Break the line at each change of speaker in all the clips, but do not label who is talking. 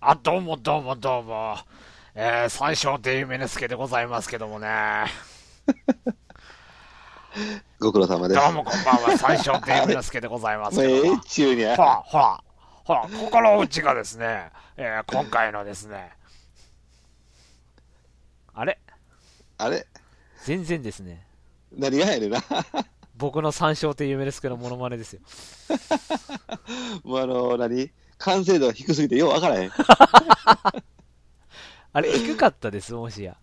あ、どうもどうもどうも。えー、三章デイメネスケでございますけどもね。
ご苦労様です
ど。うもこんばんは、三章デイメネスケでございます
もう
け
え
ど
え
も。
ちゅうに
ほ
ゃ。
ら、ほら、ほら、心打ちがですね、えー、今回のですね、あれ
あれ
全然ですね。
何がやねんな。
僕の三章って夢ですけど、モノマネですよ。
もうあの、何完成度が低すぎてようわからへん。
あれ、低かったです、もしや。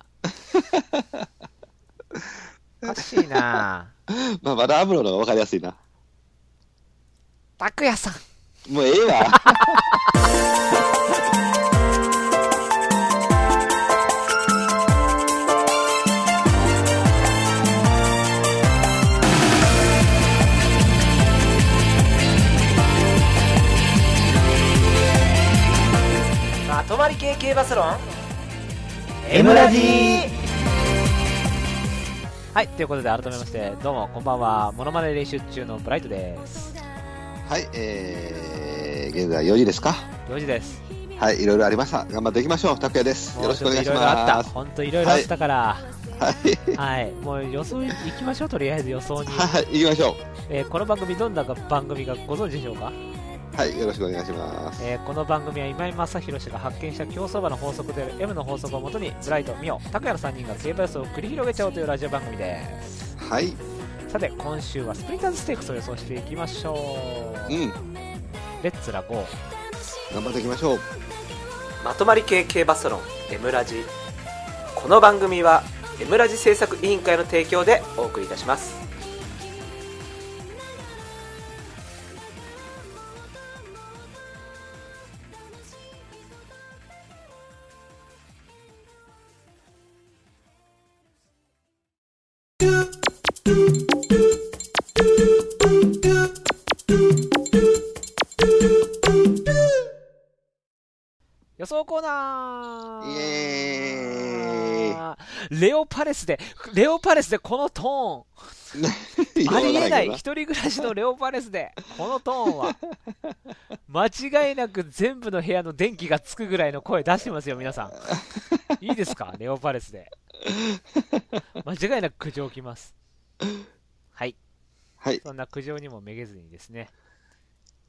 おかしいなぁ。
まあ、まだアムロの方がわかりやすいな。
拓也さん。
もうえ えわ。
まとまり系系バスロン
M ラジはい、ということで改めまして、どうもこんばんは、モノマネ練習中のブライトです。
はい、えー、現在4時ですか。
4時です。
はい、いろいろありました。頑張っていきましょう。拓也です。よろしくお願いし
もうちょっといろいろあ
ま
った。
す。
本当いろいろあったから、
はい。
はい、もう予想行きましょう、とりあえず予想に。
はい、行きましょ
えーこの番組、どんな番組かご存知でしょうか、
う。はい、よろしくお願いします。
えーこの番組は今井正弘氏が発見した競走馬の法則である M の法則をもとに、ブライト、ミオ、拓也の3人が競馬予想を繰り広げちゃおうというラジオ番組です。
はい、
さて、今週はスプリンターズステークスを予想していきましょう。
うん、
レッツラゴー。
頑張っていきましょう。
まとまり系系バスロン M ラジこの番組は M ラジ制作委員会の提供でお送りいたします
予想コーナー
イエ
レオパレスで、レオパレスでこのト ーン、ありえない、一人暮らしのレオパレスで、このトーンは、間違いなく全部の部屋の電気がつくぐらいの声出してますよ、皆さん。いいですか、レオパレスで。間違いなく苦情きます。はい、
はい、
そんな苦情にもめげずにですね、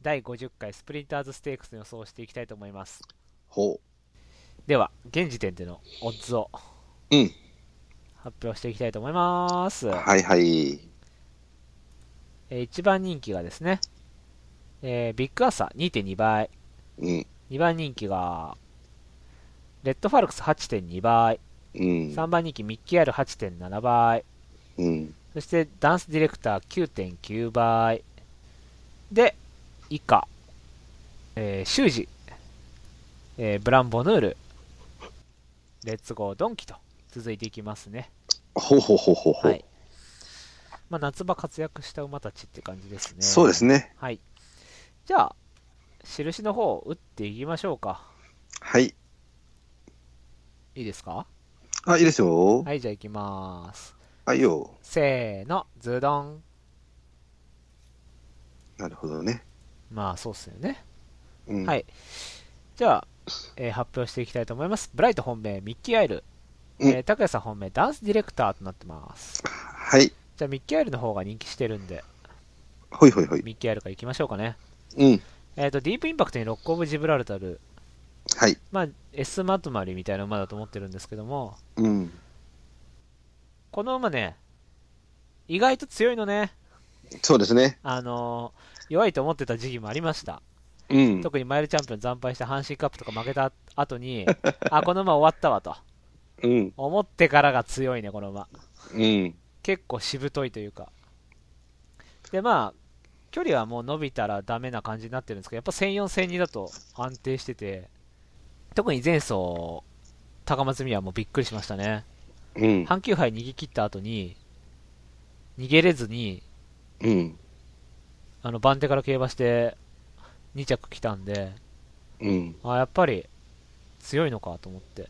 第50回スプリンターズステークスの予想をしていきたいと思います。
ほ
では、現時点でのオッズを
う。うん、
発表していきたいと思います。
はいはい。
え1番人気がですね、えービッグアーサー2.2倍、
うん、
2番人気が、レッドファルクス8.2倍、
うん、
3番人気ミッキーアイル8.7倍、
うん、
そしてダンスディレクター9.9倍、で、以下、えーシュージ、えーブランボヌール、レッツゴードンキと続いていきますね。
ほうほうほうほうほ
は
う
い。まあ、夏場活躍した馬たちって感じですね。
そうですね。
はい。じゃあ、印の方を打っていきましょうか。
はい。
いいですか
あ、いいですよ。
はい、じゃあ行きまーす。
あ、いいよ。
せーの、ズドン。
なるほどね。
まあ、そうっすよね。
うん。
はいじゃあ、えー発表していきたいと思います。ブライト本命、ミッキーアイル。
うん
えー、拓也さん本命、ダンスディレクターとなってます。
はい。
じゃあ、ミッキーアイルの方が人気してるんで、
ほいほいほい。
ミッキーアイルから行きましょうかね。
うん。
えっ、と、ディープインパクトにロックオブジブラルタル。
はい。
まあ、S まとまりみたいな馬だと思ってるんですけども、
うん。
この馬ね、意外と強いのね。
そうですね。
あのー弱いと思ってた時期もありました。
うん。
特にマイルチャンピオン惨敗した阪神カップとか負けた後に、あ、この馬終わったわと。
うん。
思ってからが強いね、この馬。
うん。
結構しぶといというか。で、まあ、距離はもう伸びたらダメな感じになってるんですけど、やっぱ1004、1002だと安定してて、特に前走、高松宮はもうびっくりしましたね。
うん。
阪急杯逃げ切った後に、逃げれずに、
うん。
あの番手から競馬して2着来たんで、
うん。
あやっぱり強いのかと思って。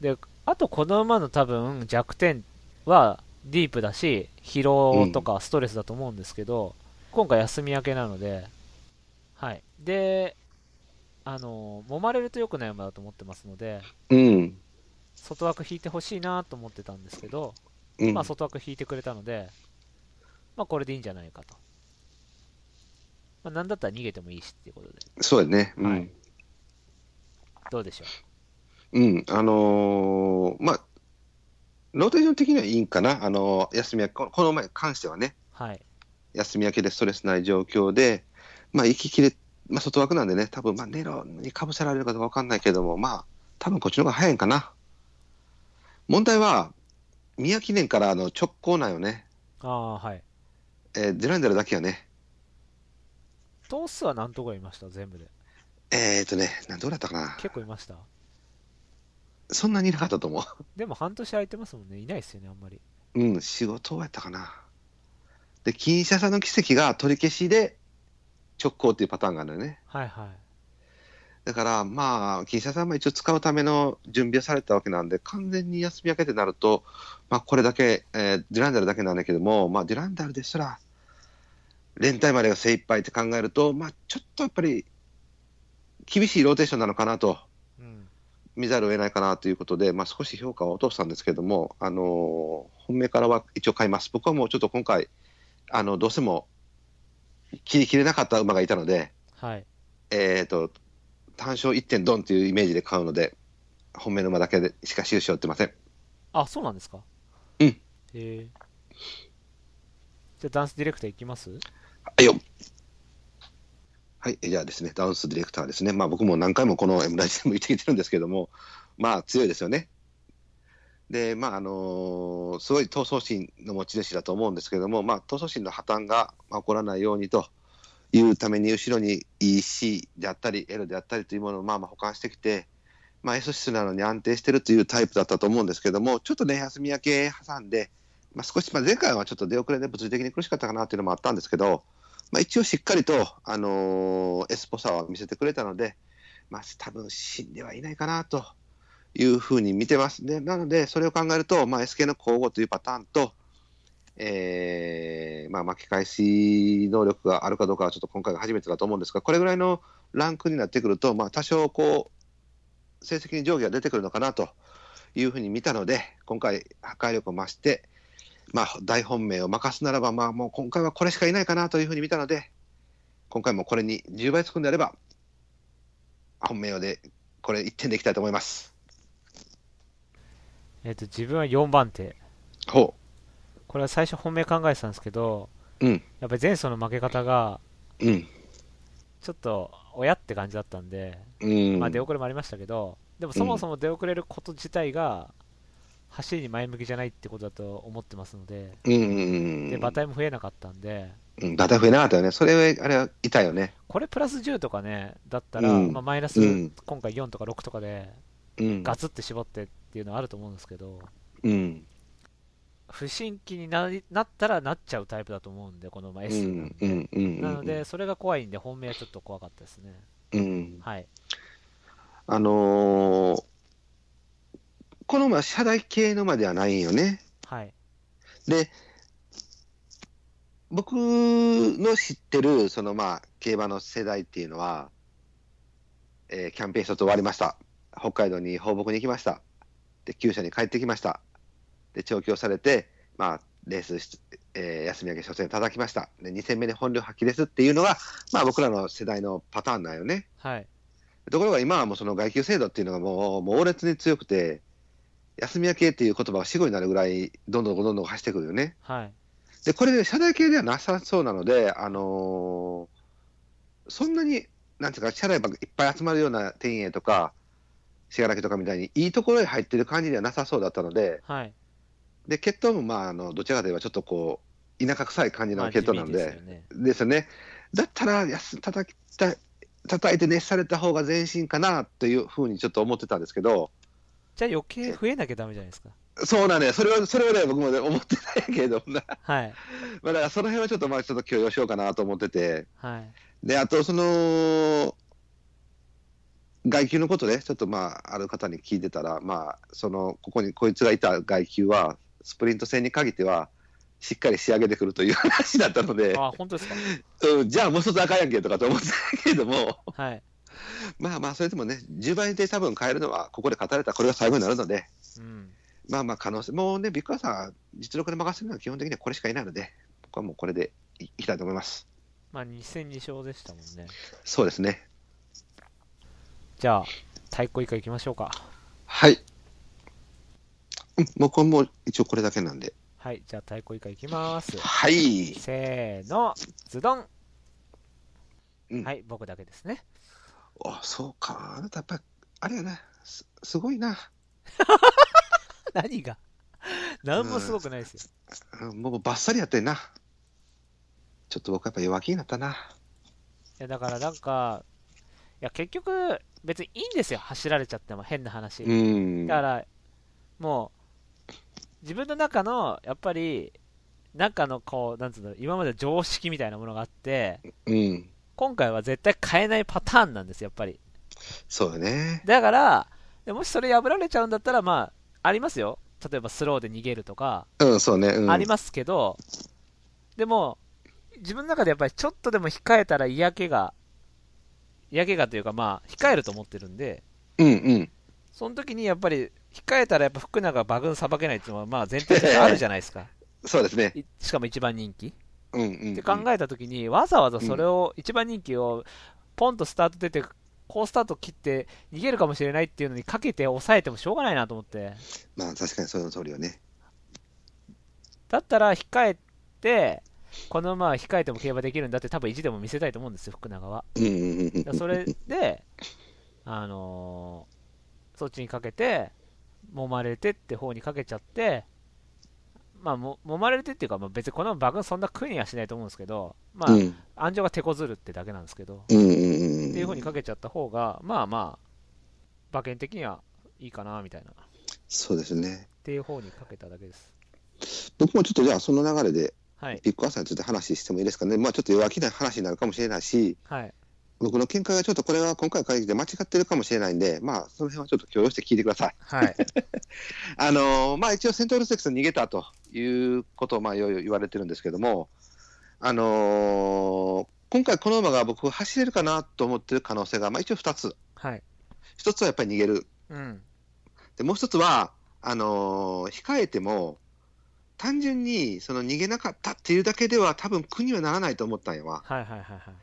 で、あとこの馬の多分弱点はディープだし、疲労とかストレスだと思うんですけど、今回休み明けなので、はい。で、あの揉まれると良くない馬だと思ってますので
うん。
外枠引いてほしいなと思ってたんですけど、
うん。
まあ、外枠引いてくれたので、まあ、これでいいんじゃないかと、まあ、なんだったら逃げてもいいしっていうことで
そうやね。うん。
はいどうでしょ
うん、あのーまあ、ローテーション的にはいいんかな、あのー休み明けこのこの前に関してはね、
うはい
休み明けでストレスない状況で、まあ、行ききれ、まあ、外枠なんでね、多分まあネロにかぶせられるかどうか分かんないけども、まあ、多分こっちの方が早いんかな。問題は、宮記念からあの直行なんよね、
ああはい
えー、デュランデルだけよね、
トースは何とこいました全部で
えーとね、なんどうだったかな、
結構いました
そんなにいなかったと思
でも半年空いてますもんねいないですよねあんまり
う、うん、仕事やったかな。で、金車さんの奇跡が取り消しで直行っていうパターンがあるのよね。
はいはい
だから、まあ、金社さんも一応使うための準備をされたわけなんで、完全に休み明けってなると、まあ、これだけ、えーデュランダルだけなんだけども、まあ、デュランダルですら、連帯までが精一杯って考えると、まあ、ちょっとやっぱり、厳しいローテーションなのかなと
うん
見ざるを得ないかなということで、まあ、少し評価を落としたんですけども、あのー本命からは一応買います。僕はもうちょっと今回、あの、どうしても、切り切れなかった馬がいたので、
はい
えー、と単勝1点ドンというイメージで買うので、本命の馬だけでしか印を打ってません。
あそうなんですか
うん
へえじゃあダンスディレクター行きます
はいよはい、えじゃあですね、ダウンスディレクターですね、まあ、僕も何回もこの M ラジでも言ってきてるんですけども、まあ強いですよね。で、まああのーすごい闘争心の持ち主だと思うんですけども、まあ、闘争心の破綻がまあ起こらないようにというために、後ろに EC であったり、L であったりというものをまあまあ保管してきて、まあ、S 質なのに安定してるというタイプだったと思うんですけども、ちょっとね、休み明け挟んで、まあ、少し、まあ、前回はちょっと出遅れで物理的に苦しかったかなというのもあったんですけど、まあ、一応しっかりと、あのーエスポさを見せてくれたので、まあ、多分死んではいないかなというふうに見てますね。なので、それを考えると、まあ、SK の交互というパターンと、えーまあ、巻き返し能力があるかどうかはちょっと今回が初めてだと思うんですが、これぐらいのランクになってくると、まあ、多少こう成績に上下が出てくるのかなというふうに見たので、今回、破壊力を増して、まあ、大本命を任すならば、まあ、もう今回はこれしかいないかなというふうに見たので、今回もこれに10倍つくんであれば、本命をで、これ1点でいきたいと思います。
えっ、と自分は4番手
ほ
これは最初本命考えてたんですけど、
うん
やっぱり前走の負け方が
う。うん。
ちょっと親って感じだったんで、
うん。
まあ出遅れもありましたけどでもそもそも出遅れること自体が走りに前向きじゃないってことだと思ってますので
うんうん。
で馬体も増えなかったんで
うんバタ増えなかったよね。それは、あれは痛いよね。
これプラス10とかねだったら、
うん
まあ、マイナス
うん
今回4とか6とかで
うん。
ガツって絞ってっていうのはあると思うんですけど
うん。
不審気になりなったらなっちゃうタイプだと思うんでこのまあ
う
S なん
ん。
で、
うん。うん。
なので、それが怖いんで本命はちょっと怖かったですね
うん。
はい
あのーこの馬、車台系の馬ではないよね。
はい
で、僕の知ってる、そのまあ、競馬の世代っていうのは、えーキャンペーン一つ終わりました。北海道に放牧に行きました。で、厩舎に帰ってきました。で、調教されて、まあ、レースし、えー休み明け初戦叩きました。で、2戦目で本領発揮ですっていうのが、まあ僕らの世代のパターンなんよね。
はい
ところが今はもうその外給制度っていうのがもう猛烈に強くて、休み明けっていう言葉が死語になるぐらい、どんどんどんどん走ってくるよね。
はい
で、これで社内系ではなさそうなので、あのーそんなに、なんていうか、社内ばっかいっぱい集まるような天営とか、信楽とかみたいに、いいところへ入ってる感じではなさそうだったので、
はい
で、血統も、まあ、あの、どちらかといえばちょっとこう、田舎臭い感じ
ま
の
あ
血統な
地
ん
味
で、
すよね
ですよね。だったら安叩きたい叩いて熱された方が前進かなというふうにちょっと思ってたんですけど、
じゃあ余計増えなきゃダメじゃないですか
そうなんね、それは、それはね、僕もね思ってないけどな、
はい
まあ、だからその辺はちょっと、まあ、ちょっと許容しようかなと思ってて、
はい
で、あと、その、外給のことね、ちょっとまあ、ある方に聞いてたら、まあ、その、ここに、こいつがいた外給は、スプリント戦に限っては、しっかり仕上げてくるという 話だったので、
あ本当ですか
うん、じゃあもう一つあかんやんけとかと思ってたけども、
はい
まあまあ、それでもね、10倍で多分変えるのは、ここで語られたこれが最後になるので、
うん。
まあまあ、可能性、もうね、ビッグアサー、実力で任せるのは基本的にはこれしかいないので、僕はもうこれでいいきたいと思います。
まあ、2戦2勝でしたもんね。
そうですね。
じゃあ、太鼓以下行きましょうか。
はい。うんもうこれも一応これだけなんで。
はい、じゃあ太鼓以下行きます。
はい。
せーの、ズドン、
うん
はい、僕だけです ね。
あ、そうか。あなたやっぱり、あれやな。すすごいな。
何が 何もすごくないですよ。
うんもうバッサリやってんな。ちょっと僕やっぱ弱気になったな。
いやだからなんか、いや結局、別にいいんですよ、走られちゃっても変な話。
うん。
だから、もう、自分の中の、やっぱり、中のこう、なんつうの、今までの常識みたいなものがあって、
うん。
今回は絶対変えないパターンなんです、やっぱり。
そうよね。
だから、でもしそれ破られちゃうんだったら、まあ、ありますよ。例えばスローで逃げるとか、
うん、そうね。うん、
ありますけど、でも、自分の中でやっぱりちょっとでも控えたら嫌気が、嫌気がというか、まあ、控えると思ってるんで、
うんうん。
その時にやっぱり、控えたらやっぱ福永馬群さばけないっていうのは、まあ、前提としてあるじゃないです か。
そうですね。
いしかも一番人気。
うんうん。
って考えた時に、わざわざそれを、一番人気を、ポンとスタート出て、こうスタート切って逃げるかもしれないっていうのにかけて抑えてもしょうがないなと思って。
まあ確かにその通りよね。
だったら控えて、このまま控えても競馬できるんだって多分意地でも見せたいと思うんですよ、福永は。
うんうんうん
だ
う
から
ん。
それで、 あのーそっちにかけて、揉まれてって方にかけちゃって、まあ、も揉まれてっていうか、まあ、別にこの馬群そんな苦にはしないと思うんですけど、まあ、
うん
安城が手こずるってだけなんですけど、
うんうんうん。
っていう風にかけちゃった方が、まあまあ、馬券的にはいいかなみたいな、っ
そうですね。
ていう方にかけただけです。
僕もちょっとじゃあその流れで、
はい、
ビッグアサーについて話してもいいですかね。まあちょっと弱気な話になるかもしれないし、
はい、
僕の見解はちょっとこれは今回の会議で間違ってるかもしれないんで、まあその辺はちょっと許容して聞いてください。
はい、
あのーまあ一応セントルセックスに逃げたということをまあよいよ言われてるんですけども、あのー今回この馬が僕走れるかなと思ってる可能性が、まあ一応2つ。
はい、
1つはやっぱり逃げる
うん、
でもう一つはあのー控えても単純にその逃げなかったっていうだけでは多分苦にはならないと思ったんやわ、
はいはいはいはい。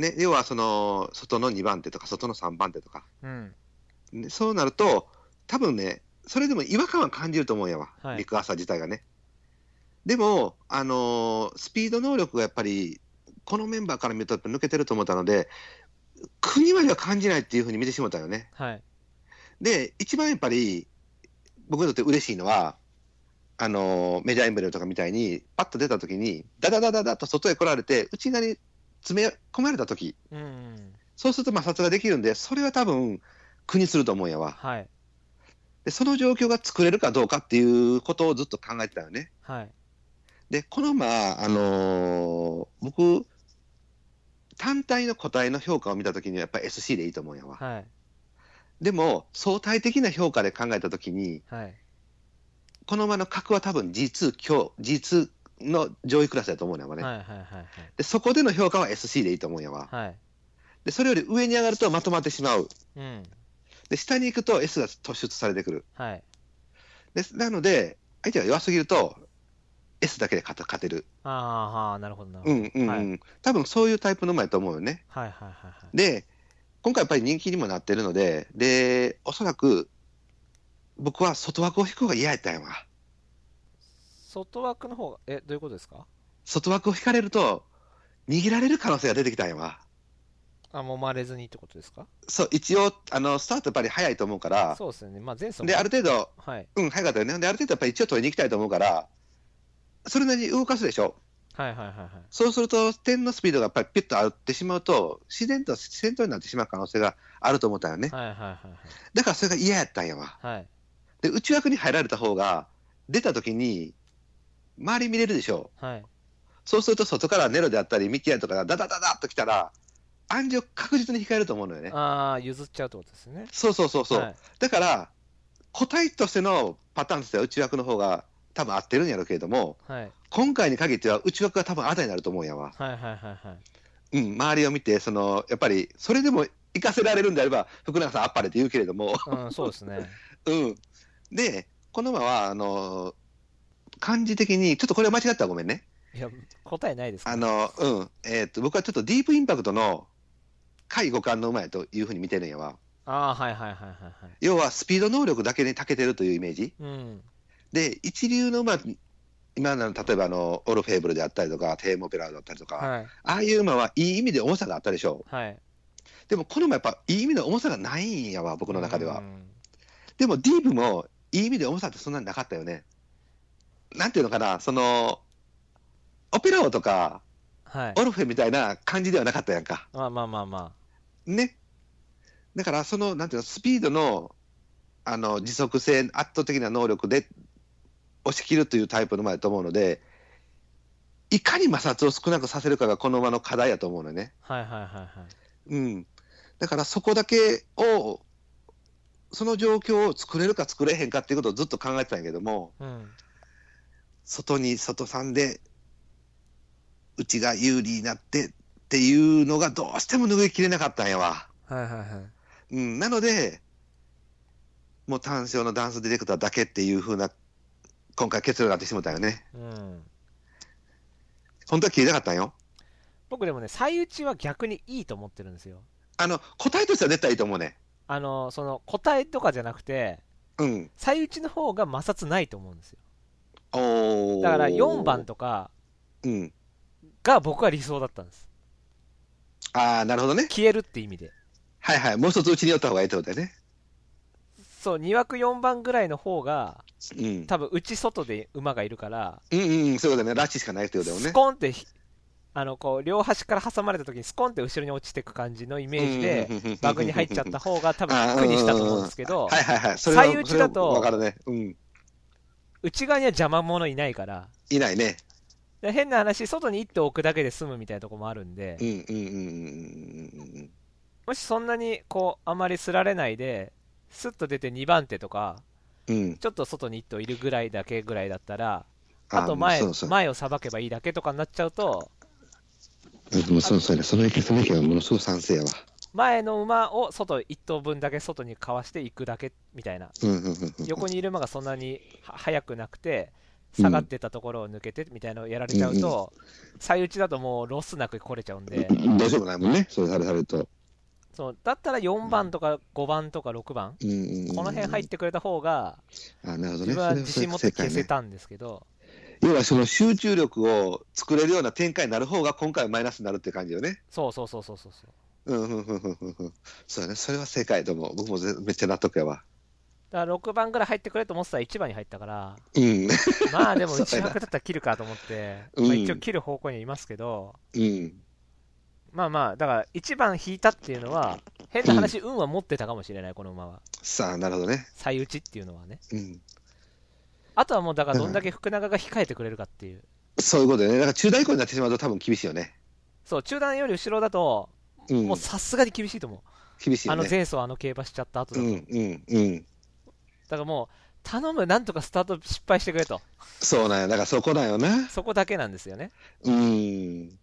ね、要はその外の2番手とか外の3番手とか、
うん、
ね、そうなると多分ねそれでも違和感は感じると思うんやわ、
はい
ビッグアサー自体がねでも、あのースピード能力がやっぱりこのメンバーから見るとやっぱ抜けてると思ったので苦にまでは感じないっていうふうに見てしまったよね
はい、
で、一番やっぱり、僕にとって嬉しいのは、あのメジャーエンブレムとかみたいに、パッと出たときに、ダダダダダと外へ来られて、内側に詰め込まれたとき、
うんうん、
そうすると摩擦ができるんで、それは多分苦にすると思うんやわ。
はい、
で、その状況が作れるかどうかっていうことをずっと考えてたよね。
はい、
で、このまあ、あのー僕、単体の個体の評価を見たときには、やっぱ SC でいいと思うんやわ。
はい、
でも、相対的な評価で考えたときに、
はい、
この馬の格は多分 G2 強、G2 の上位クラスだと思うんやわね、
はい、はい、はい、はい、
で。そこでの評価は SC でいいと思うんやわ。
はい、
で、それより上に上がるとまとまってしまう。
うん、
で、下に行くと S が突出されてくる。
はい、
ですなので、相手が弱すぎると S だけで勝た勝てる。
ああ、はーなるほど、なるほ
う
ど。
んうんうん。
はい、
多分そういうタイプの馬やと思うよね。
はい、はい、はい、
で、今回やっぱり人気にもなってるので、で、おそらく僕は外枠を引く方が嫌やったんやわ。
外枠の方が、え、どういうことですか
外枠を引かれると逃げられる可能性が出てきたんやわ。
あ、揉まれずにってことですか
そう、一応、あのスタートやっぱり早いと思うから、
そうですよね、まあ前走も
で、ある程度、
はい、
うん、早かったよね。で、ある程度やっぱり一応取りに行きたいと思うから、それなりに動かすでしょ。
はい、はい、はい、はい、
そうすると、点のスピードがやっぱりピュッと上がってしまうと、自然と先頭になってしまう可能性があると思ったよね。
はい、はい、はい、
だからそれが嫌やったんやわ。
はい、はい、
で、内枠に入られた方が、出た時に、周り見れるでしょ。
はい、
そうすると、外からネロであったり、ミキアとかがダダダダっと来たら、暗示を確実に控えると思うのよね。
ああ、譲っちゃうってことですね。
そうそうそうそう。
はい、
だから、個体としてのパターンとしては内枠の方が多分合ってるんやろうけれども、
はい、
今回に限っては内枠が多分あだになると思うんやわ。
はい、はい、はい、はい。
うん、周りを見て、そのやっぱりそれでも行かせられるんであれば、福永さんあっぱれって言うけれども、
うん、そうですね。
うん。で、この馬は、あのー漢字的に、ちょっとこれは間違ったらごめんね。
いや、答えないですか
あ
ら
の、うん。えーっと、僕はちょっとディープインパクトの、下位互換の馬やというふうに見てるんやわ。
ああ、はいはいはいはいはい。
要は、スピード能力だけに長けてるというイメージ。
うん。
で、一流の馬、今の、例えば、あの、オルフェーブルであったりとか、テーモペラだったりとか、
はい。
ああいう馬はいい意味で重さがあったでしょ
はい。
う。でも、この馬やっぱ、いい意味で重さがないんやわ、僕の中では。
うん
でもディープもいい意味で重さってそんなになかったよね。なんていうのかな、その、オペラ王とか、
はい。
オルフェみたいな感じではなかったやんか。
まあまあまあま
ね。だから、その、なんていうの、スピードの、あの、持続性、圧倒的な能力で押し切るというタイプの馬だと思うので、いかに摩擦を少なくさせるかがこの馬の課題やと思うのね。
あ。はいはいはいはい。
うん。だから、そこだけを、その状況を作れるか作れへんかっていうことをずっと考えてたんやけども、
うん。
外に外さんで、うちが有利になってっていうのがどうしても拭いきれなかったんやわ。
はいはいはい。
うん、なので、もう単勝のダンスディレクターだけっていう風な、今回結論になってしまったよね。
うん。
本当は消えなかったんよ。
僕でもね、最打ちは逆にいいと思ってるんですよ。
あの、答えとしては絶対いいと思うね。
あの、その、答えとかじゃなくて、
うん。
最打ちの方が摩擦ないと思うんですよ。
おー
だから4番。とか
うん。
が僕は理想だったんです。
ああ、なるほどね。
消えるって意味で。
はいはい。もう一つうちに寄った方がいいってことだよね。
そう、2枠4番ぐらいの方が、
うん。
多分内外で馬がいるから、
うんうん、そういうことだね。ラッチしかないってことだよね
ス。コンってひ、あの、こう、両端から挟まれた時にスコンって後ろに落ちてく感じのイメージで、
で
バグに入っちゃった方が 多分苦にしたと思うんですけど、
はいはいはい。それは
最内だと
それはわかるね。うん。
内側には邪魔者いないから、
いないね。
で変な話、外に一手置くだけで済むみたいなとこもあるんで
う、んうんうんうんうんうん。
もしそんなにこう、あまりすられないで、スッと出て2番手とか、
うん、
ちょっと外に一頭いるぐらいだけぐらいだったら、あと前
そうそう
前をさばけばいいだけとかになっちゃうと、
うんもうそうそうね、その意見、その意見はものすごく賛成やわ。
前の馬を外一頭分だけ外にかわしていくだけみたいな、
うんうんうんうん、
横にいる馬がそんなには速くなくて、下がってたところを抜けてみたいなのをやられちゃうと、最内だともうロスなく来れちゃうんで、
うん大丈夫ないもんね、それされされると。
そうだったら4番とか5番とか6番、
うんうんう
こ
ん、
の辺入ってくれた方が、
あなるほどね、
自分は自信持って消せ
た。
たんですけど、
要はその集中力を作れるような展開になる方が今回はマイナスになるって感じよね。
そうそうそうそうそうそう。
うんうんうんうんうんうん。そうやね、それは正解と思う。僕もぜめっちゃ納得やわ。
だから6番ぐらい入ってくれと思ってたら1番に入ったから、
うん。うん。
まあでも
そう
1
やな
枠だったら切るかと思って、
うん
まあ一応切る方向にはいますけど、
うん
まあまあ、だから1番引いたっていうのは、変な話、運は持ってたかもしれない、この馬は。
さあ、なるほどね。
最打ちっていうのはね。
うん。
あとはもう、だからどんだけ福永が控えてくれるかっていう。
そういうことよね。だから中大以降になってしまうと多分厳しいよね。
そう、中段より後ろだと、
うん。
もうさすがに厳しいと思う。
厳しいよ
あの
ね。
前走、あの競馬しちゃった後だ
う
と。だ
んうんうん。
からもう、頼む、なんとかスタート失敗してくれと。
そうなんや。だからそこだよな。
そこだけなんですよね。
うん。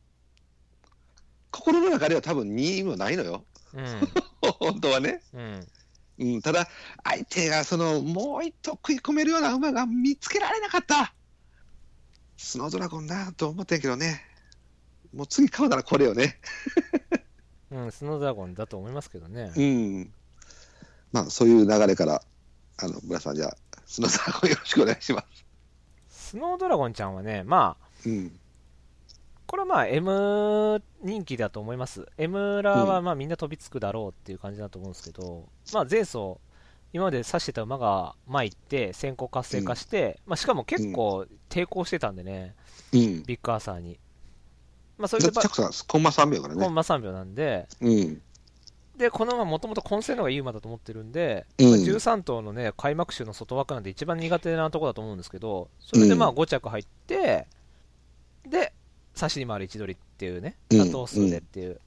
心の中では多分2位もないのよ。
うん。
本当はね。
うん。
うん、ただ、相手がその、もう一頭食い込めるような馬が見つけられなかった。スノードラゴンだと思ってんけどね。もう次買うならこれよね。
うん、スノードラゴンだと思いますけどね。
うん。まあ、そういう流れから、あの、村さんじゃあ、スノードラゴンよろしくお願いしま
スノードラゴンちゃんはね、まあ、
す。うん。
これはまあ M 人気だと思います。M ラはまあみんな飛びつくだろうっていう感じだと思うんですけど、まあ前走、今まで指してた馬が前行って、先行活性化して、まあしかも結構抵抗してたんでね、
うん。
ビッグアーサーに。まあそうい
だ
う
って、チャックさん、コンマ3秒から
コ
ね。
ンマ3秒なんで、
うん。
で、この馬もともと混戦の方がいい馬だと思ってるんで、
うん
まあ13頭のね、開幕週の外枠なんて一番苦手なとこだと思うんですけど、それでまあ
う
5着入って、で、差しに回る位置取りっていうね、
うん
多頭数でっていう。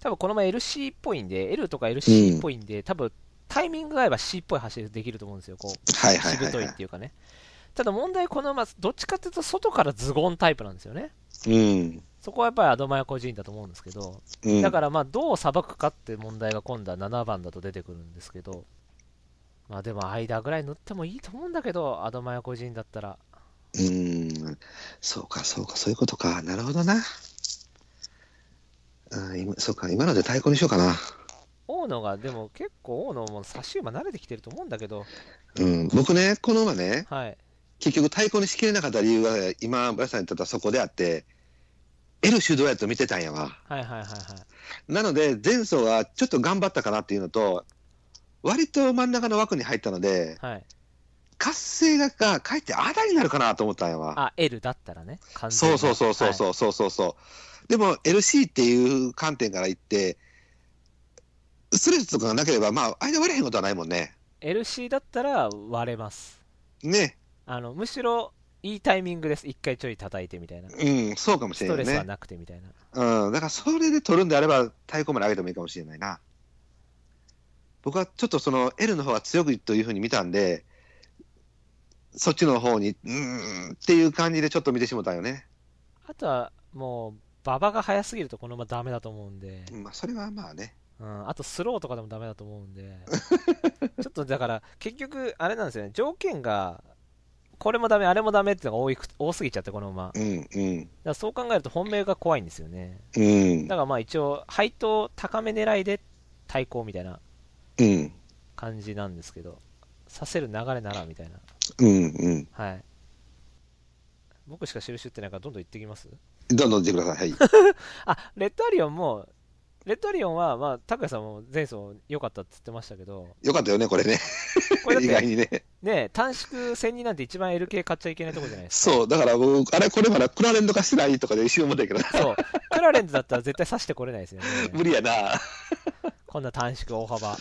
多分この前 LC っぽいんで、L とか LC っぽいんで、多分タイミングが合えば C っぽい走りできると思うんですよ、こう、
はいはい
しぶ
はい、
とい
は
っていうかね。ただ問題、この馬、どっちかっていうと外からズゴンタイプなんですよね。
い。うん。
そこはやっぱりアドマヤ個人だと思うんですけど、
うん、
だからまあどう裁くかって問題が今度は7番だと出てくるんですけど、まあでも間ぐらい塗ってもいいと思うんだけど、アドマヤ個人だったら。
うーん、そうか、そうか、そういうことか。なるほどな。あー今そうか、今ので太鼓にしようかな。
大野が、でも結構大野も差し馬慣れてきてると思うんだけど、
うん、僕ね、この馬ね、
はい。
結局太鼓にしきれなかった理由は、今、村さんに言ってたそこであって、L 主導やと見てたんやわ。
はいはいはいはい。
なので、前走はちょっと頑張ったかなっていうのと、割と真ん中の枠に入ったので、
はい、
活性ががかえってあだになるかなと思ったんやわ。
あ、L だったらね。完全
そ
に
うそうそうそう
は
そうそうそうそう、でも LC っていう観点から言ってストレスとかがなければまあ間割れへんことはないもんね
い LC だったら割れます。
ね
あの、むしろ、いいタイミングです。一回ちょい叩いてみたいな。
うんそうかもし
ス
れな
トレ
い
スは
ね
なくてみたいな。
うんだからそれで取るんであれば太鼓まで上げてもいいかもしれないな僕はちょっとその L の方が強くというふうに見たんでそっちの方にうーんっていう感じでちょっと見てしもたよね、
あとは、もう、馬場が早すぎるとこのままダメだと思うんで、
うんまあ、それはまあね
うん、あとスローとかでもダメだと思うん で、ちょっとだから、結局、あれなんですよね、条件が、これもダメ、あれもダメっていうのが多いく多すぎちゃって、このまま。だか
うんうん
らそう考えると本命が怖いんですよね。
うん
だからまあ一応、配当高め狙いで対抗みたいな
うん
感じなんですけど、させる流れならみたいな。
うんうん
はい。僕しか印打ってないからどんどん行ってきます
どんどん出てくださいはい
あ、レッドアリオンも、レッドアリオンは、まあ、拓也さんも前走良かったって言ってましたけど、
よかったよね、これね。
これ
意
だっ
外
て、
にね。
ね、短縮戦になんて一番 LK 買っちゃいけないとこじゃないですか。
そう、だから僕、あれ、これまだクラレンド化してないとかで一瞬思ったけど、
そう。クラレンズだったら絶対刺してこれないですよね。
無 理やな。
こんな短縮大幅。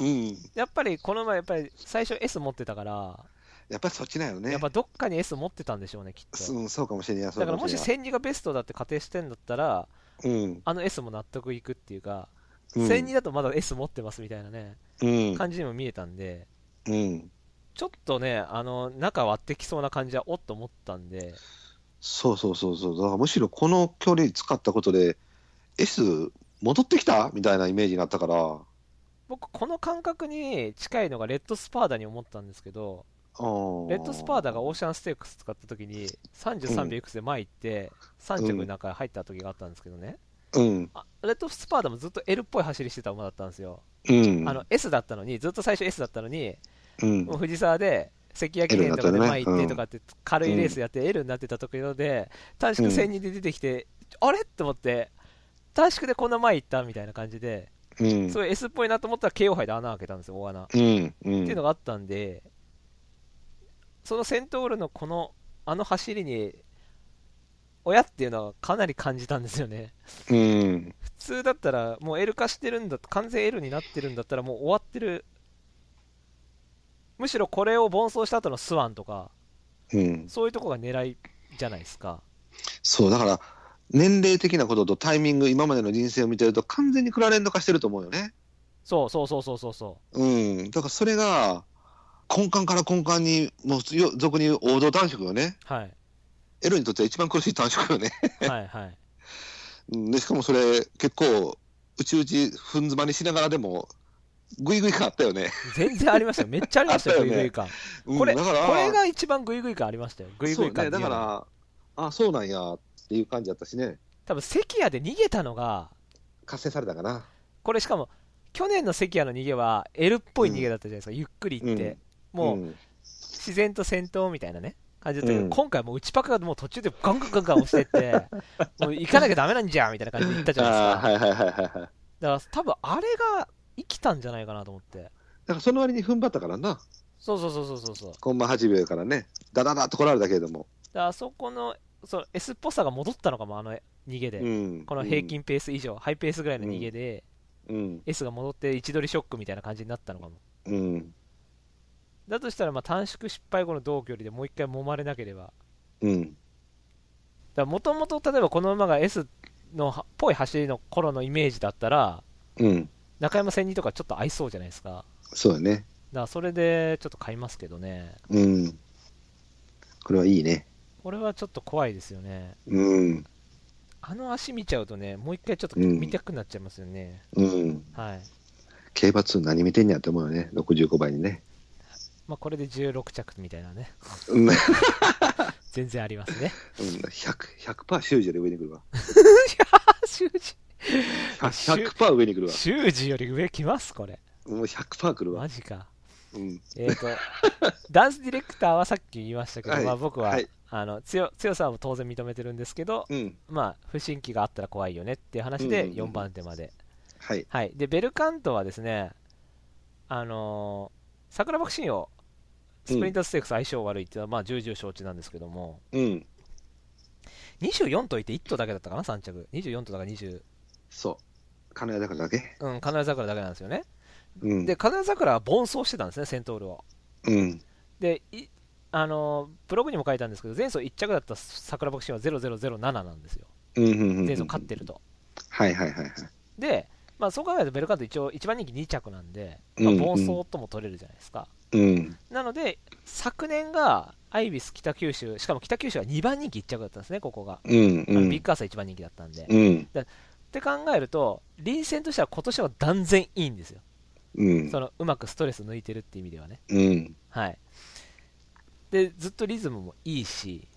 うん。
やっぱりこの前、やっぱり最初 S 持ってたから、
やっぱりそっちなんよね。
やっぱどっかに S 持ってたんでしょうね、きっと。
そうん、そうかもしれない。そ
だ
う
から
も
もし
しれ
戦にがベストだって仮定してんだったら、
ないうん。
あの S も納得いくっていうか、
うん
戦にだとまだ S 持ってますみたいなね、
うん。
感じにも見えたんで、
うん。
ちょっとね、あの、中割ってきそうな感じは、おっと思ったんで、
そうそうそうそう。だからむしろこの距離使ったことで、S 戻ってきたみたいなイメージになったから、あ
僕、この感覚に近いのがレッドスパーダに思ったんですけど、
ー
レッドスパーダがオーシャンステークス使った時に、33秒 X で前行って、3着の中に入った時があったんですけどね、
うん。
あレッドスパーダもずっと L っぽい走りしてた馬だったんですよ。
うん。
あの、S だったのに、ずっと最初 S だったのに、
うん
もう。藤沢で、関焼記念とかで前行ってとかって、軽いレースやって L になってた時ので、短縮戦にで出てきて、あれって思って、短縮でこんな前行ったみたいな感じで、
うん。
すごい S っぽいなと思ったら KO 杯で穴開けたんですよ、大穴。っ
うん。うん。
ていうのがあったんで、そのセントールのこの、あの走りに、親っていうのはかなり感じたんですよね。
うん。
普通だったら、もう L 化してるんだ、完全 L になってるんだったらもう終わってる。むしろこれを奔走した後のスワンとか、
うん。
そういうとこが狙いじゃないですか。
そう、だから、年齢的なこととタイミング、今までの人生を見てると、完全にクラレンド化してると思うよね。
そうそうそうそうそうそ
うん、だからそれが、根幹から根幹に、もうよ俗に言う王道短縮よね。
う。はい。
エロにとっては一番苦しい短縮よね。
はいはい。
うんでしかもそれ、結構、うちうち踏ん詰まりしながらでも、ぐいぐい感あったよね。
全然ありましたよ。めっちゃありましたよ、
あっ
グ
た
イ
よ
グ
ね
イ感。
うん
これ、
だから
これが一番グイグイ感ありましたよ。グイグイ
そう
感
ね、
ってい
だ
うのは
から、あそうなんやっていう感じだったしね、
多分関谷で逃げたのが、
活性されたかな。
これしかも、去年の関谷の逃げは L っぽい逃げだったじゃないですか。ゆっくり行って。もう、
ん
自然と戦闘みたいなね。感じだったけど、
うん
今回もう内パクがもう途中でガンガンガンガン押して って、もう行かなきゃダメなんじゃんみたいな感じで行ったじゃないです
あ
か。
ーはいはいはいはい。は
だ
い
から多分あれが生きたんじゃないかなと思って。
だからその割に踏ん張ったからな、
そうそうそうそうそうそう。
コンマ8秒からね、だだだと来られたけれども。
だからあそこの、その S っぽさが戻ったのかも、あの逃げで。
うん
この平均ペース以上、ハイペースぐらいの逃げで、
うん、
S が戻って位置取りショックみたいな感じになったのかも。
うん、
だとしたら、まあ短縮失敗後の同距離でもう一回揉まれなければ。
うん、
だもともと、例えばこの馬が S のはっぽい走りの頃のイメージだったら、
うん、
中山戦にとかちょっと合いそうじゃないですか。
そうだね。
だからそれでちょっと買いますけどね。
うん。これはいいね。
これはちょっと怖いですよね。
うん。
あの足見ちゃうとね、もう一回ちょっと見たくなっちゃいますよね。
うん。
はい。
競馬2何見てんやって思うよね。65倍にね。
まあ、これで16着みたいなね、
うん。
全然あり ますね。
100、100%修士より上に来るわ。
修 士
100%, 100上に来るわ。
修士より上来ます、これ。
もう100%来るわ
マ。ジか。
うん。
えっ、と、ダンスディレクターはさっき言いましたけど、
はい
まあ、僕は、
はい
あの強強さも当然認めてるんですけど、
うん。
まあ、不審機があったら怖いよねっていう話
うん
で
うんうん
4番手まで、
はい。
はい、でベルカントはですね、あのー桜爆心をスプリンターステークス相性悪いっていうのは、まあ、重々承知なんですけども、
うん。
24といって1頭だけだったかな、3着、24頭だから20、
そう。金谷高だけ。
うん、金谷桜だけなんですよね。
うん。
で、金谷桜は奔走してたんですね、セントールを。
うん。
で、いあのーブログにも書いたんですけど、前走1着だった桜爆心は0007なんですよ、
うん。うん。うん
前走勝ってると。
はいはいはいはい。
で、まあ、そう考えるとベルカント一応一番人気2着なんで、
う
まあ、
んうん
暴走とも取れるじゃないですか、
うん。
なので昨年がアイビス北九州しかも北九州は2番人気1着だったんですねここが、
うん。
あ
う
のビッ
ん。
グアーサー1番人気だったんで、っ
うん。
て考えると臨戦としては今年は断然いいんですよ
うん
そ。のうまくストレス抜いてるっていう意味ではね
うん。
はいでずっとリズムもいいし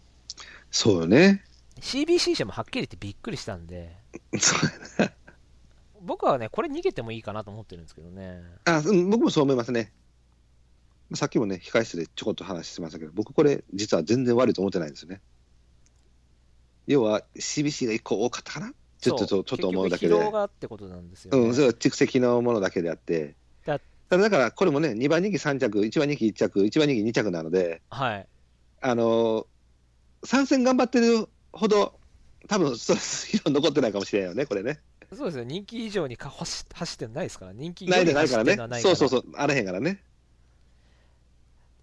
そうよね。
CBC 社もはっきり言ってびっくりしたんで
そうやね。
僕はねこれ逃げてもいいかなと思ってるんですけどね
あ、うん僕もそう思いますね。さっきもね、控室でちょこっと話してましたけど、僕これ、実は全然悪いと思ってないんですよね。要は、CBC が一個多かったかなちょっと、ち
そ
ょっと思うだけ
結
で。
局疲労がってことなんですよ、ね
うん、それは蓄積のものだけであって。
だ
ただだから、これもね、2番人気3着、1番人気1着、1番人気2着なので、
はい
あのー参戦頑張ってるほど、多分ストレス疲労残ってないかもしれないよね、これね。
そうですよ、人気以上にか走走ってるのないですから、人気以
な
上
い
に
でない
走
か
って
ら
るのはな
ね。
いか
そう
ら、
そうそう、あらへんからね。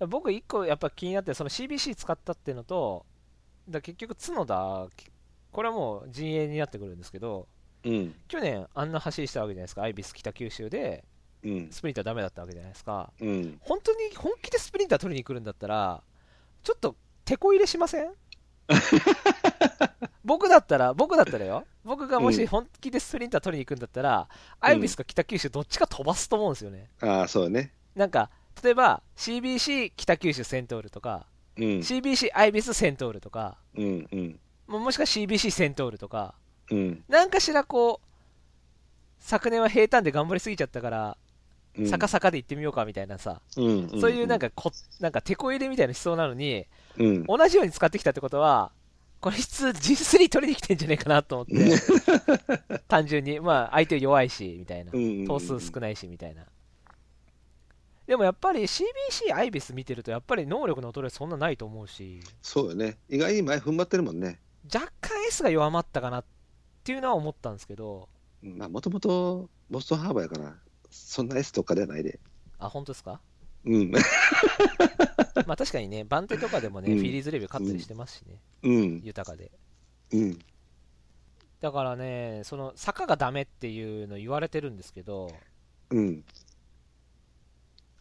僕、一個やっぱ気になってる、その CBC 使ったっていうのと、だ結局、角田、これはもう陣営になってくるんですけど、
うん。
去年、あんな走りしたわけじゃないですか、アイビス北九州で、
うん。
スプリンターダメだったわけじゃないですか、
うん。
本当に本気でスプリンター取りに来るんだったら、ちょっと手こ入れしません 僕だったら、僕だったらよ、僕がも
う
し
ん
本気でスプリンター取りに行くんだったら、アイビスか北九州、どっちか飛ばすと思うんですよね。
ああ、そうね。
なんか、例えば CBC 北九州セントールとか、
うん。
CBC アイビスセントールとか、
うん。うん。
ももしくは CBC セントールとか、
うん。
なんかしらこう、昨年は平坦で頑張りすぎちゃったから、
うん
逆々で行ってみようかみたいなさ、
うん。
そういうなんかこ、なんか手こ入れみたいな思想なのに、
うん、
同じように使ってきたってことは、これ質 G3 取りに来てんじゃねえかなと思って、 単純に、まあ相手弱いし、みたいな。頭数少
ない。
ないしみたいな。でもやっぱり CBC アイビス見てるとやっぱり能力の衰えそんなないと思うし
そうよね。意外に前踏ん張ってるもんね。
若干 S が弱まったかなっていうのは思ったんですけど
うんまあ、もともとボストンハーバーやから、そんな S とかではないで。
あ本当ですか
うん。
まあ確かにね番手とかでもね、
うん
フィリーズレビュー勝ったりしてますしね
うん。
豊かで
うん。
だからねその坂がダメっていうの言われてるんですけど
うん。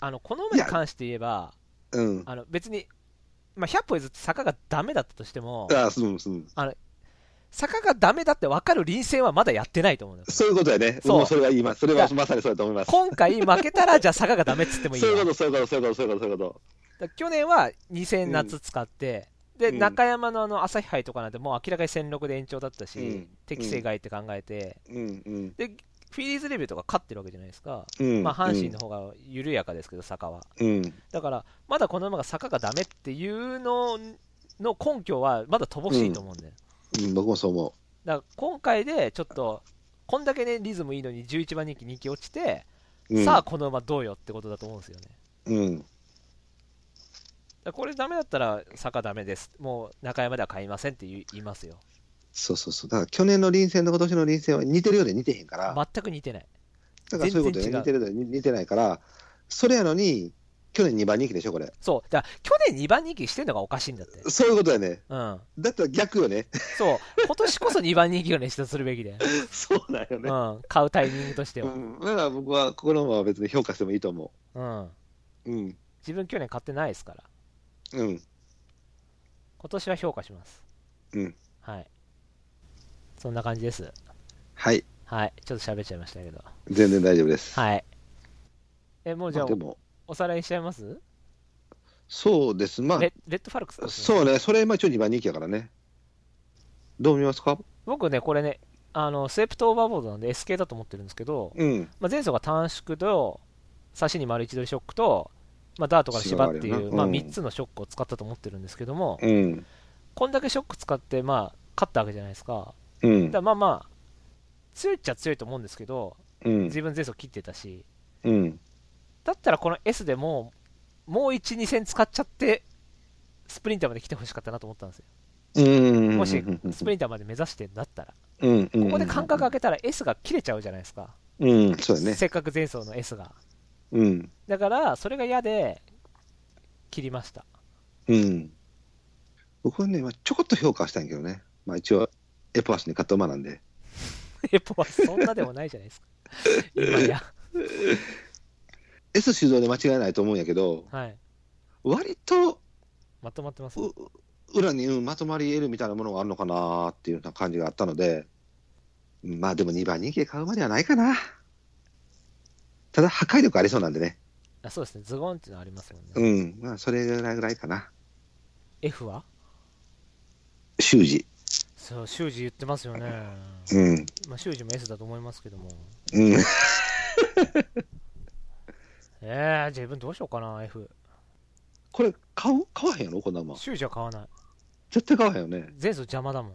あのこの馬に関して言えば
うん。
あの別に、まあ、100歩譲って坂がダメだったとしても
ああ、そうそう。
坂がダメだって分かる臨戦はまだやってないと思うんです
そういうことやね。
そう
もうそれは言います。それ
だ
はまさにそうだと思います。
今回負けたら、じゃあ坂がダメっつってもいい
そういうこ
わ
と、そういうこと、そういうこと、そういうこと、そういうこ
だ去年は2000夏使って、で、
うん
中山のあの朝日杯とかなんて、もう明らかに戦6で延長だったし、
うん
適正外って考えて、
と。うん、うん。
で、フィリーズレビューとか勝ってるわけじゃないですか。
うん。
まあ、阪神の方が緩やかですけど、坂は。
うん。
だから、まだこの馬が坂がダメっていうのの根拠は、まだ乏しいと思うんだよ。
うん。僕もそう思
だから、今回でちょっと、こんだけね、リズムいいのに11番人気、人気落ちて、
う。うん
さあ、、この馬どうよってことだと思うんですよね。
うん。
だからこれダメだったら坂ダメです。もう中山では買いませんって言い言いますよ。
そうそうそう。だから去年の臨戦と今年の臨戦は似てるようで似てへんから。
全く似てない。
だからそういうこと
全
ね。
然違う
似てるようで似似てないから、それやのに、去年2番人気でしょ、これ。
そう。だから去年2番人気にしてるのがおかしいんだって。
そういうことやね。
うん。
だったら逆よ ね。
そう。今年こそ2番人気をね、出するべき で。
そうだよ
う
ね。
ん。買うタイミングとしては。
うんだから僕は、ここのまま別に評価してもいいと思
うん。
う。うん。
自分去年買ってないですから。
うん。
今年は評価します。
うん。
はい。そんな感じです。
はい、
はい。ちょっと喋っちゃいましたけど。
全然大丈夫です。
はい。え、もうじゃ
ま
あ
あ、で、も、
おさらいしちゃいます
そうです、ま
レレッドファルクス
あ、
ですね
そうね、それ、まあ、一応2番人気やからね。どう見ますか
僕ね、これね、あの、スウェプトオーバーボードなんで S 系だと思ってるんですけど、
うん、
まあ、前走が短縮と、差しに丸一度ショックと、まあ、ダートから芝ってい
芝があ
う、
るよな
まあ、
うん
3つのショックを使ったと思ってるんですけども、
うん、
こんだけショック使って、まあ、勝ったわけじゃないですか。
う
だ
ん
か、らまあまあ、強いっちゃ強いと思うんですけど、
うん、
自分前走切ってたし、
うん、
だったらこの S でもう、もう1、2戦使っちゃって、スプリンターまで来てほしかったなと思ったんですよ。
うん、
もし、スプリンターまで目指してんだったら。
うん、こ
ここで間隔空けたら S が切れちゃうじゃないですか。
うん、そうだね。
せっかく前走の S が。
うん、
だから、それが嫌で、切りました。
うん。僕はね、まあちょこっと評価したんやけどね。まあ一応、エポアスに勝った馬なんで。
エポはそんなでもないじゃないです か。今や。
S 主導で間違いないと思うんやけど、
はい。
割と、
まとまってます。
う裏にうんまとまり得るみたいなものがあるのかなっていうような感じがあったので、まあでも2番人気で買うまではないかな。ただ破壊力ありそうなんでね。
あそうですね。ズゴンっていうのありますもんね。
うん。まあそれぐらいぐらいかな。
F は
習字。
そう、修二言ってますよね。
うん。
まあ、修二も S だと思いますけども。
うん。
えー、自分どうしようかな、F。
これ買う買わへんやろこんな馬。
修二は買わない。
絶対買わへんよね。
前走邪魔だもん。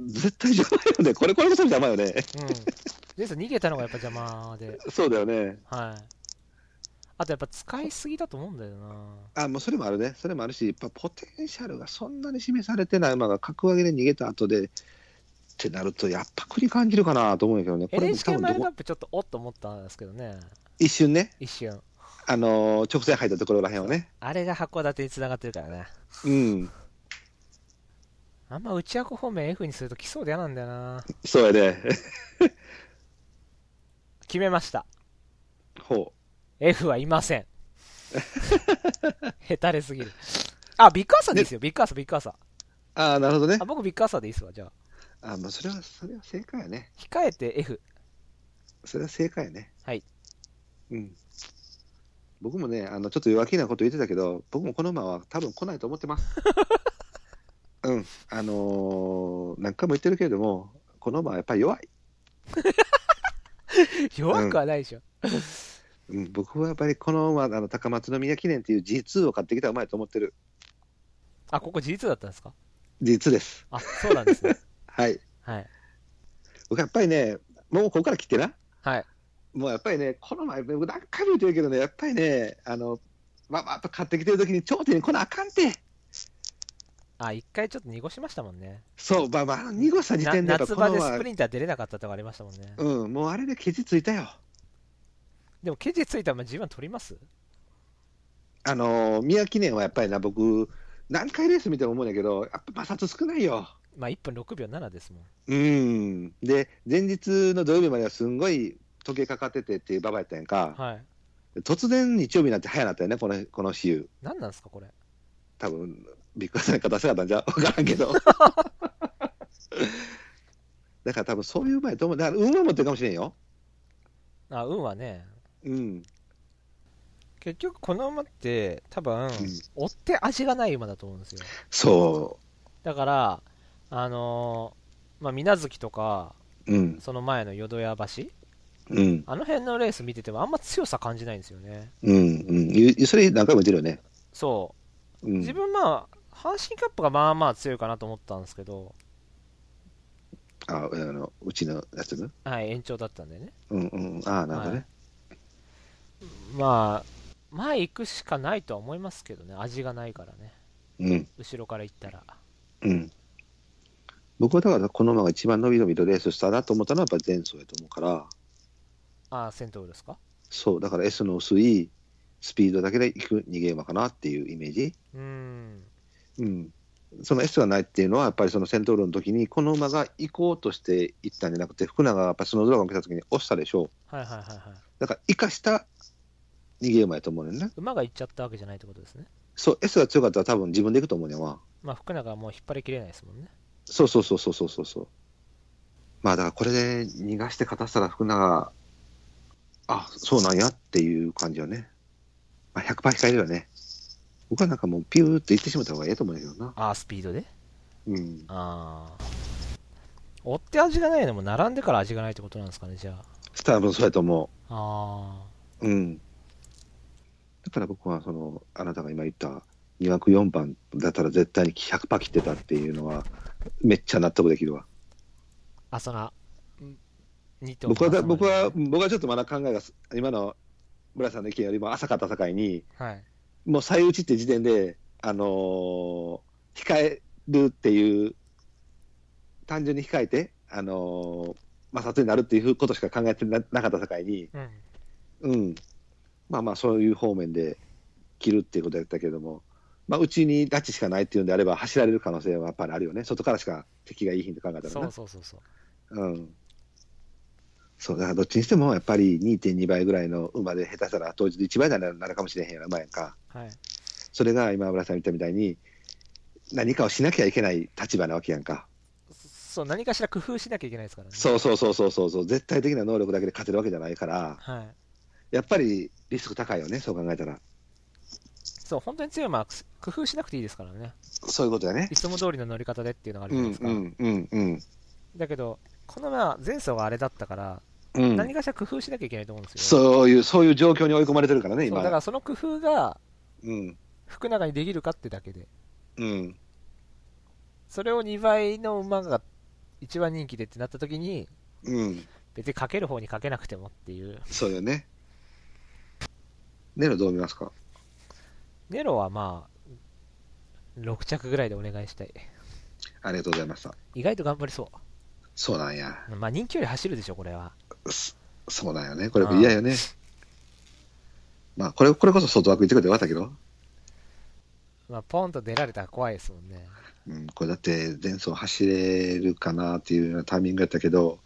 うん。
絶対邪魔よね。これこれこそ邪魔よね。
前走逃げたのがやっぱ邪魔で。
そうだよね。
はい。あとやっぱ使いすぎだと思うんだよな。
あ、もうそれもあるね。それもあるし、やっぱポテンシャルがそんなに示されてない馬が格上げで逃げた後で、ってなると、やっぱり感じるかなと思うんやけどね。これも多
NHK
分
マイ
ど
ルカ
こ
ップちょっとおっと思ったんですけどね。
一瞬ね、
一瞬。
あのー直線入ったところらへんをね。
あれが函館につながってるからね。
うん。
あんま内役方面 F にすると来そうで嫌なんだよな。
そうやで。
決めました。
ほ
F はいま せん。へたれすぎる。あ、ビッグアーサーでいいですよ。ビッグアーサー、ビッグアーサー。
う。ああ、なるほどね
あ、。僕ビッグアーサーでいいですわ、じゃあ。
あまあ、それは、それは正解やね。
控えて F。
それは正解やね。
はい。
うん。僕もね、あの、ちょっと弱気なこと言ってたけど、僕もこの馬は多分来ないと思って ます。うん。あのー何回も言ってるけれども、この馬はやっぱり弱い。
弱くはないでしょ。
うん、僕はやっぱりこの馬、あの、高松宮記念っていう G2 を買ってきた馬やと思ってる。
あ、ここ G2 だったんですか
G2 です。
あ、そうなんですね。
はい。
はい。
僕やっぱりね、もうここから切ってな。
はい。
もうやっぱりね、この前、僕何回も言ってるけどね、やっぱりね、あの、まあ、まあ、やっぱ買ってきてる時に頂点に来なあかんて。
あ、一回ちょっと濁しましたもんね。
そう、まあまあ、濁した時
な
点でやっぱ
夏
こ
場
の
で
馬
ス
は
プリンター出れなかったとかありましたもんね。
うん、もうあれでケチついたよ。
でも、ケジついたらまあ G1 取ります
あのー、宮記念はやっぱりな、僕、何回レース見ても思うんだけど、やっぱ摩擦少ないよ。
まあ、1分6秒7ですもん。
うん。で、前日の土曜日まではすんごい時計かかっててっていうババやったやんか、
はい。
突然日曜日になって早なったよね、この、この私有。
何なんですか、これ。
多分ビッグさんの方しかったんじゃ 分からんけど。だから多分そういう馬やと思う。だから運は持ってるかもしれんよ。
あ、運はね。
うん。
結局この馬って多分、
ん
追って味がない馬だと思うんですよ
そ
だからあのーまあ水無月とか
う。うん。
その前の淀屋橋
うん。
あの辺のレース見ててもあんま強さ感じないんですよね
うん。うん。それ何回も言ってるよね。
そううん自分まあ阪神カップがまあまあ強いかなと思ったんですけど、
あ、あの、うちのやつね。
はい、延長だったんでね
うんうん。ああ、なるほどね。
まあ前行くしかないとは思いますけどね味がないからね
うん。
後ろから行ったら
うん。僕はだから、この馬が一番伸び伸びとレースしたなと思ったのは、やっぱ前走やと思うから、
ああセントウルスか
そう、だから S の薄いスピードだけで行く逃げ馬かなっていうイメージ。
うーん
うん。その S がないっていうのは、やっぱりそのセントールの時に、この馬が行こうとして行ったんじゃなくて、福永がやっぱスノードラゴン来た時に押したでしょう。
はいはいはいはい
だから、生かした逃げ馬やと思うねんね。
馬が行っちゃったわけじゃないってことですね
そう、S が強かったら多分自分で行くと思うねんわ。
まあ福永はもう引っ張りきれないですもんね
そうそうそうそうそうそうそう。まあだからこれで逃がして勝たせたら福永、あそうなんやっていう感じはね、まあ、100%控えればね、僕はなんかもうピューっていってしまった方がいいと思うんだけどな。
ああ、スピードで
うん。
ああ。追って味がないのも並んでから味がないってことなんですかね、じゃ
多分そうやと思
あ。あ
う。うん。だから僕はその、あなたが今言った2枠4番だったら絶対に100%切ってたっていうのは、めっちゃ納得できるわ。
あ。あ、その、ん二頭
僕は
挟まれ
だ、
て
僕は、僕はちょっとまだ考えがす、今の村さんの意見よりも浅かった境に、
はい。
もう最打ちって時点で、あのー控えるっていう、単純に控えて、あのー摩擦になるっていうことしか考えてななかった境に、
うん。
うん、まあまあ、そういう方面で切るっていうことやったけれども、まあ、うちに拉致しかないっていうんであれば、走られる可能性はやっぱりあるよね、外からしか敵がいい品と考えたら
そ
ね
う。そうそうそう。
うんそうだからどっちにしてもやっぱり2.2倍ぐらいの馬で下手したら当時で1倍ならなるかもしれへんような馬やんか、
はい。
それが今、村さん言ったみたいに、何かをしなきゃいけない立場なわけやんか。
そう、何かしら工夫しなきゃいけないですからね。
そうそうそうそうそうそう、絶対的な能力だけで勝てるわけじゃないから、
はい。
やっぱりリスク高いよね、そう考えたら。
そう、本当に強い馬は工夫しなくていいですからね。
そういうことだね
い。つも通りの乗り方でっていうのがある
う
じゃない
ん
ですか。
うんうんうん。
だけど、このまあ前走があれだったから、
うん、
何かしら工夫しなきゃいけないと思うんですよ。
そういう、そういう状況に追い込まれてるからね、
そう
今。
だからその工夫が
うん。
福永にできるかってだけで、
うん。
それを2倍の馬が一番人気でってなった時に、
うん。
別にかける方にかけなくてもっていう、
そうよね。ネロどう見ますか
ネロはまあ、6着ぐらいでお願いしたい。
ありがとうございました。
意外と頑張りそ
そうなんや。
う。まあ人気より走るでしょ、これは。
そそうなんよね。これ嫌よね。まあ、これ、これこそ外枠行ってくれてよかったけど。
まあ、ポンと出られたら怖いですもんね。
うん、これだって前走走れるかなっていうようなタイミングやったけど、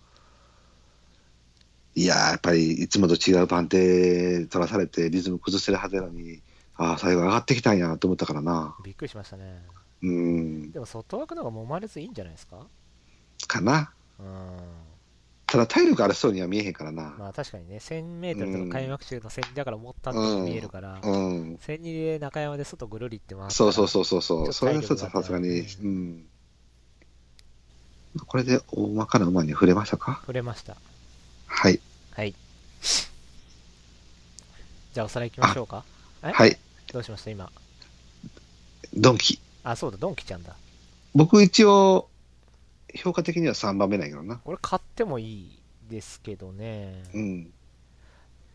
いやー、やっぱりいつもと違う番手取らされて、リズム崩してるはずなのに、ああ、最後上がってきたんやと思ったからな。
びっくりしましたね。
うん、
でも外枠の方が揉まれずいいんじゃないですか
かな。
うん。
ただ体力あるそうには見えへんからな。
まあ確かにね、1000m とか開幕中の1000だから持ったのに見えるから、
うん、
1002で中山で外ぐるりって回った
そうそう
う。
そうそうそう、それはちょっとさすがに、うん。これで大まかな馬に触れましたか
触れました。
はい。
はい。じゃあおさらい行きましょうか。え
はい。
どうしました今。
ドンキ。
あ、そうだ、ドンキちゃんだ。
僕一応、評価的には3番目なんやけどな。
これ買ってもいいですけどね。
うん。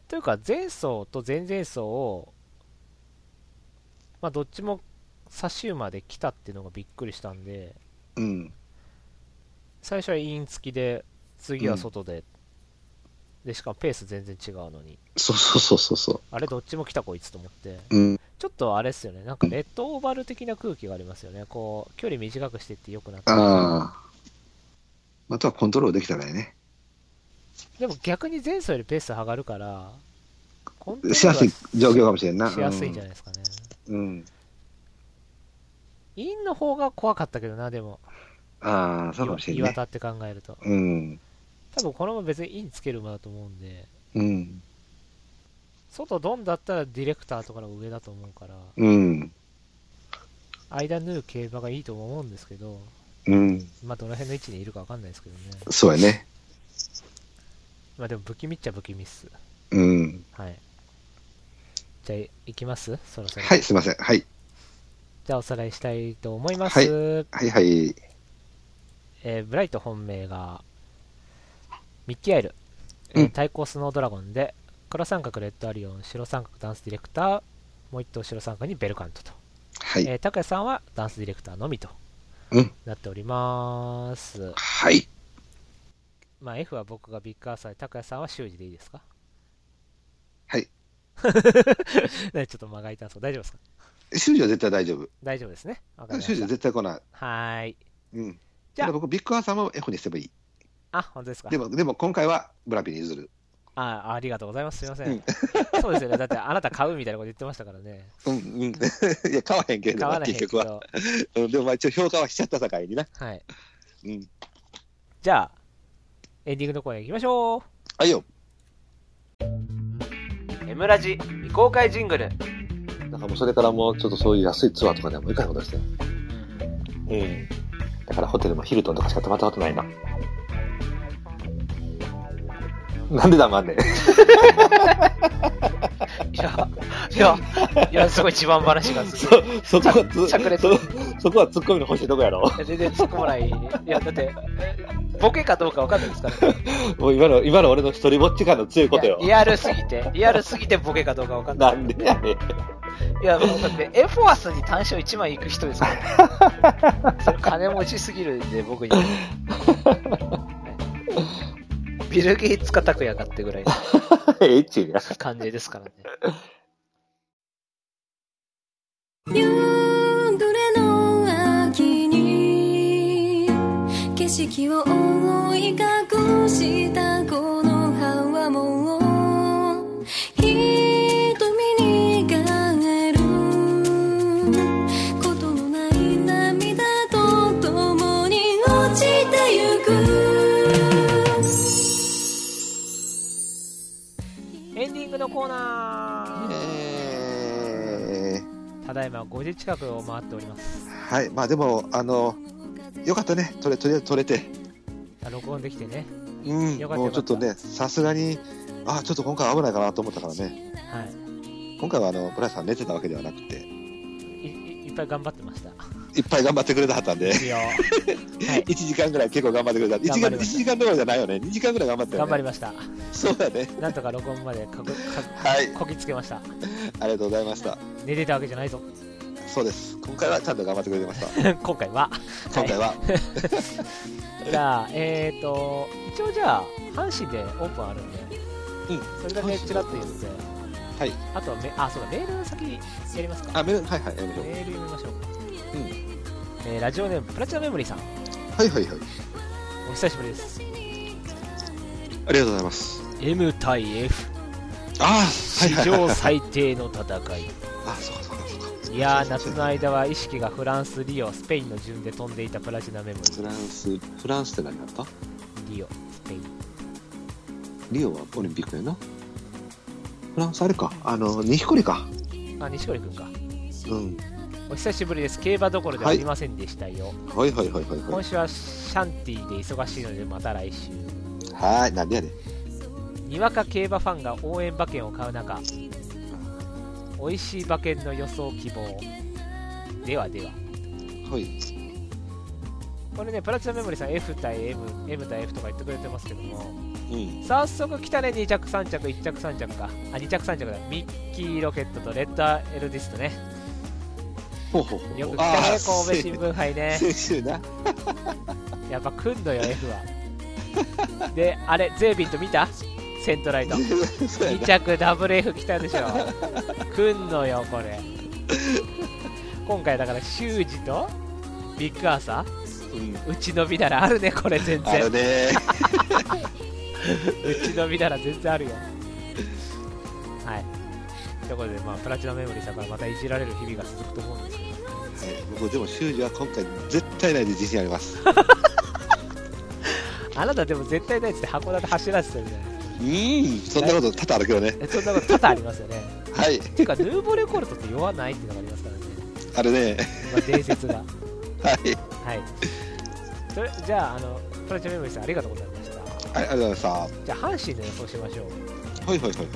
というか、前走と前々走を、まあどっちも差し馬で来たっていうのがびっくりしたんで、
うん。
最初はイン付きで、次は外で、で、しかもペース全然違うのに、
そうそうそうそうそ
あれどっちも来たこいつと思って。
う。うん。
ちょっとあれっすよね、なんかレッドオーバル的な空気がありますよね、こう距離短くしてってよくなって
ああ。あとはコントロールできたらいいね。
でも逆に前走よりペース上がるから、コントロール
しやすい状況かもしれんな。
はしやすいんじゃな
ない
いですかね。
うん。
インの方が怖かったけどな、でも、
ああ、そうかもしれん
岩
ね。
田って考えると。
うん。
多分このまま別にインつける馬だと思うんで、
うん。
外ドンだったらディレクターとかの方が上だと思うから、
うん。
間縫う競馬がいいとも思うんですけど、
うん。
まあどの辺の位置にいるかわかんないですけどね。
そうやね。
まあでも不気味っちゃ不気味っす。
うん。
はい。じゃあ、いきますそろそろ。
はい、すいません。はい。
じゃあおさらいしたいと思います。
はいはいはい。
えーブライト本命が、ミッキーアイル、えー
うん
対抗スノードラゴンで、黒三角、レッドアリオン、白三角、ダンスディレクター、もう一頭白三角にベルカントと。
はい。
えー、高谷さんはダンスディレクターのみと
うん。
なっております。
はい。
まあ F は僕がビッグアーサーで、高谷さんは修二でいいですか
はい。
ねちょっと間が空いたんですけど、大丈夫ですか
修士は絶対大丈夫。
大丈夫ですね。わかりま
修
し
士は
た。
絶対来ない。
はーい。
うん。
じゃあ
ただ僕、ビッグアーサーも F にすればいい。
あ、本当ですか
でも、でも今回はブラピに譲る。
あありがとうございます。すみません。
う
そうですよね。だって、あなた買うみたいなこと言ってましたから ね。
うん うん。いや、買わへんけれど
買わ
も、
ない
結
け
局は。
ど。
うんでもまあ一応評価はしちゃった境にな。
はい。
うん。
じゃあ、エンディングのコーナー行きましょう。
はいよ。
エムラジ未公開ジングル。
なんかもうそれからもうちょっとそういう安いツアーとかでも行かないことですね。うん。だからホテルもヒルトンとかしか泊まったことないな。なんで黙んねん。
いや、いや、いや、すごい自慢話がすごい。
そ、そこはつ、
着着
そ、そこは突っ込みの欲しいとこやろ。
全然突っ込まない。いや、だって、ボケかどうか分かんないですから、ね。
もう今の、今の俺の一人ぼっち感の強いことよ。
いやリアルすぎ て、リアルすぎてボケかどうか分かんない。
なんでやねん。
いや、もうだって、エフォアスに単勝1枚行く人です から、それ金持ちすぎるんで、僕に。ビル・ゲイツか拓也かってぐらいの
エッチや。
感じですからね。
夕暮れの秋に景色を覆い隠したこの葉はもう瞳に輝ることのない涙と共に落ちてゆく
エンディングのコーナ
え
ー。 ただいま5時近くを回っております。
ー、はい。まあでも、あの、よかったね。とれ、とりあえず取れて。
あ録音できてね。
うん。
よかった
もうちょっとね、さすがに、あ、ちょっと今回危ないかなと思ったからね。
はい。
今回はあの、ブラさん寝てたわけではなくて、
いいいっぱい頑張ってました。
いっぱい頑張ってくれたはったんで。
いや、
1時間ぐらい結構頑張ってくれた。1時
頑張
間
りました
一時間どころじゃないよね。2時間ぐらい頑張ったよ
頑張り
ね。
ました。
そうだね。
なんとか録音までかこか
はい。
こぎつけました。
ありがとうございました。
寝てたわけじゃないぞ。
そうです。今回はちゃんと頑張ってくれてました。
今回は。
今回は。
じゃあ、えーと、一応じゃあ、阪神でオープンあるんで、
うん
それだけちらっと言って、
はい。
あとはメ、あ、そうだ、メールの先やりますか。
あ、メール、はいはい、やりましょう。
メール読みましょう。
うん
えーラジオネーム、プラチナメモリーさん、
はいはいはい。
お久しぶりです。
ありがとうございます。
M 対 F、
ああ、はい
史
はい、はい。
上最低の戦い。
あ、そうかそうかそうか。
いやー、夏の間は意識がフランス、リオ、スペインの順で飛んでいたプラチナメモ
フランス、フランスって何だった
リー、リオ、スペイン。
リオはオリンピックやな。フランスあれか。あの、錦織か。
あ、西堀君か。
うん。
お久しぶりです。競馬どころではありませんでしたよ。
はいはいはいはいは
今
い。
週はシャンティで忙しいので、また来週。
はーい、なんでやねん。
にわか競馬ファンが応援馬券を買う中美味しい馬券の予想希望ではでは
はい。
これねプラチナメモリーさん F 対 M, M 対 F とか言ってくれてますけども
うん。
早速来たね2着3着1着3着かあ2着3着だミッキーロケットとレッドエルディストね
ほうほうほう。
よく来たね
あー
神戸新聞杯 ね
先週な。
やっぱ来んのよ F はであれゼービット見たセントライト
そうや
2
な。
着ダブル F 来たでしょ来んのよこれ今回だから修二とビッグアーサ
うん。
ーうちのびならあるねこれ全
あ
然
る
う
ね
ちのびなら全然あるよはいということでまあプラチナメモリーさんからまたいじられる日々が続くと思うんですけど
はい、僕でも修二は今回絶対ないで自信あります。
あなたでも絶対ないっつって函館走らせてるじゃないですか
うん、そんなこと多々あるけどね。
えそんなこと多々ありますよね
はい、
ていうかヌーボーレコルトって弱ないっていうのがありますからね、
あるね。
まあ、伝説が
はい、
はい。それじゃあ、あの、プラチナメモリーさん、ありがとうございました。
はい、ありがとうございました。は
じゃあ、阪神の予想しましょう。
いはいはいはい。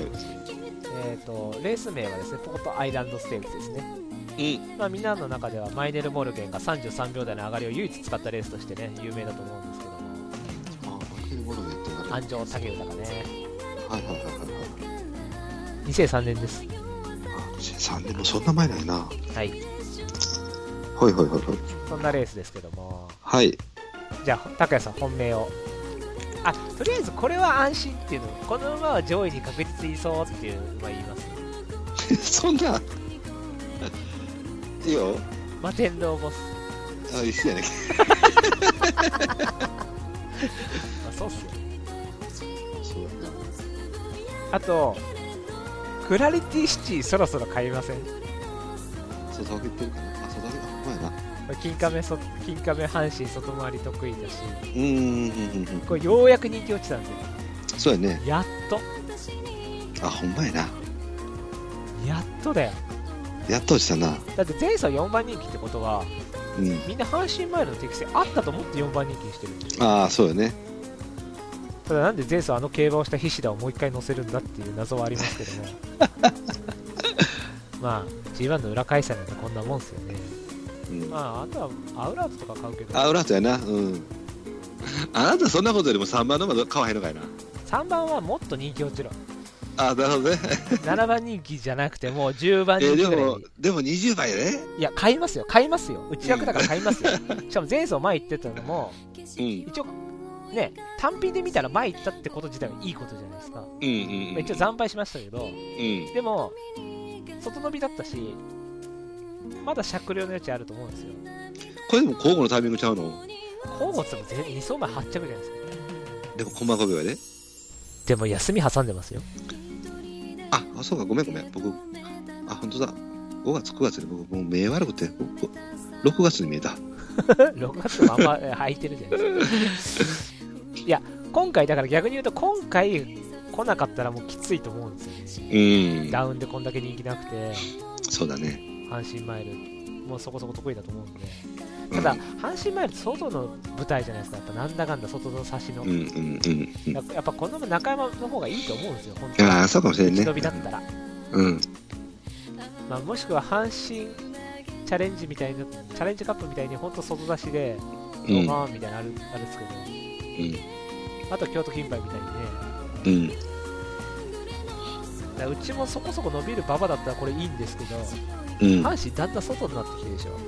えっ、と、レース名はですね、ポートアイランドステークスですね。
うん、
まあ、みんなの中では、マイネル・モルゲンが33秒台の上がりを唯一使ったレースとしてね、有名だと思うんですけども、
あ、負けるものでってなる。は
安
い
城武豊ね、
はいはいはいはい。
2003年です。
あ、三年もそんな前ないな。は
はい。
いはいはいはい。
そんなレースですけども、
はい、
じゃあ、高谷さん、本命を。あ、とりあえず、これは安心っていうの、この馬は上位に確実にいそうっていう馬言います。
そんな。いいよ、
マテンローボス。
あ、一緒やね。
まあ、そうっすよ。
そうだな。
あと、クラリティシティそろそろ買いませんこ
そうだけってるかな。あ、そうだけ、あ、ほんまやな。
れ金亀そ金亀阪神外回り得意だし
うんうんうんうん
これようやく人気落ちたんですよ
そうやね
やっと
あほんまやな
やっとだよ
やっとしたな
だって前走4番人気ってことは
うん
みんな阪神前の適性あったと思って4番人気にしてるんですよ
ああそうよね
ただなんで前走あの競馬をした菱田をもう一回乗せるんだっていう謎はありますけどもまあ G1 の裏開催なんてこんなもんですよね
うん
まああとはアウラートとか買うけど
あ裏とやなうん あなたそんなことよりも3番の窓買わへんのかいな
3番はもっと人気落ちろ
あなるほどね
7番人気じゃなくてもう10番
え
人気
で
ぐらい
も
に
でも20倍やね
いや買いますよ買いますよ内枠だから買いますよしかも前走前行ってたのも
うん
一応ね単品で見たら前行ったってこと自体はいいことじゃないですか、ま
うんうん
あ一応惨敗しましたけど
うん
でも外伸びだったしまだ酌量の余地あると思うんですよ
これでも交互のタイミングちゃうの
河本さんも全2走前8着じゃないですか
でもコマ5秒やね
でも休み挟んでますよ
ああそうかごめんごめん僕あ本当だ5月9月で僕もう目悪くて僕6月に見えた
6月もあんまえ空いてるじゃないですかいや今回だから逆に言うと今回来なかったらもうきついと思うんですよ
うん
ダウンでこんだけ人気なくて
そうだね
阪神マイルもうそこそこ得意だと思うんで
うん
ただ阪神マイルって外の舞台じゃないですかやっぱなんだかんだ外の差しの、
うんうんうんうん
やっぱやっぱこの中山の方がいいと思うんですよ本当に
ああそうかもしれんね
忍びだったら、
うん
まあ、もしくは阪神チャレンジみたいなチャレンジカップみたいに本当外出しで
う
ド
ん
カーンみたいなのある,、あるんですけどあと京都金杯みたいにね
うんうん
だからうちもそこそこ伸びる馬場だったらこれいいんですけど
うん
阪神だんだん外になってきてるでしょ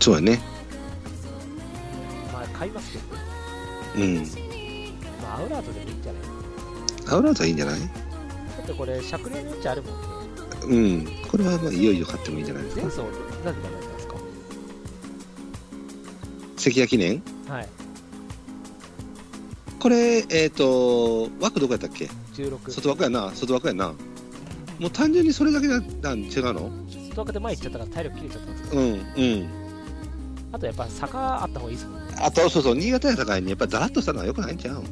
そうやね
まあ買いますけど、ね
うん
まあ、アウラートでもいいんじゃない
アウラートはいいんじゃない
だってこれ借量の余地あるもんね
うんこれはまあいよいよ買ってもいいんじゃないです
前
か
走何で名前なんですか
関谷記念
はい
これえっ、と枠どこやったっけ
16
外枠やな外枠やなもう単純にそれだけなん違うの
外枠で前行っちゃったから体力切れちゃったんですけど
うんうん
あとやっぱ坂あった方がいいですもんね
あとそうそう新潟や高いにやっぱだらっとしたのはよくないんちゃう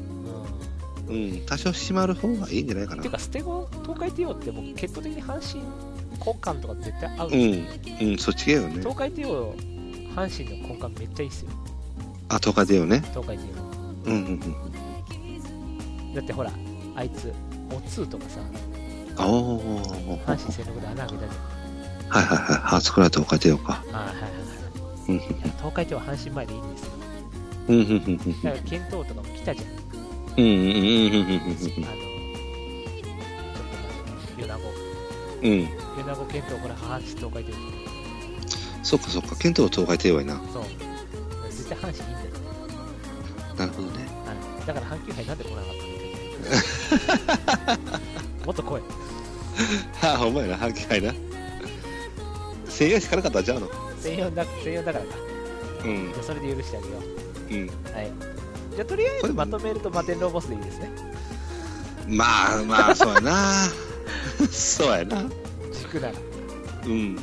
うん
うん多少締まる方がいいんじゃないかな
ていうか捨て子東海帝王ってもう血統的に阪神根幹とか絶対合うんで
う
すよ、
んうんそっち系よね
東海帝王阪神の根幹めっちゃいいっすよ
あとかでよね
東海帝
うんうんうん
王だってほらあいつおつうとかさ
あおー
阪神戦力で穴開けたじ
はいはいはいハーツクラウトを変えてようか
ゃんあはいはい
うん
はいいや東海帝王阪神前でいいんですよ
うんうんうんうん
だから検討とかも来たじゃんあ
うんうんうんうんうん
のちょっと米子
うんうん
米子検討これ阪神東海帝王
そっかそっか剣道東海帝王やな
そう絶対阪神いいんだよ
なるほどね
はいだから阪急杯なんで来なかったんだよもっと来い
はあほんまやな半期いな制限しかなかったんちゃうの
専用だ専用だからか
うん
じゃあそれで許してあげよう
うん
はいじゃあとりあえ
こ
ず
れ
まとめるとマテンローボスでいいですね
まあまあそうやなそうやな
軸ならじ
うん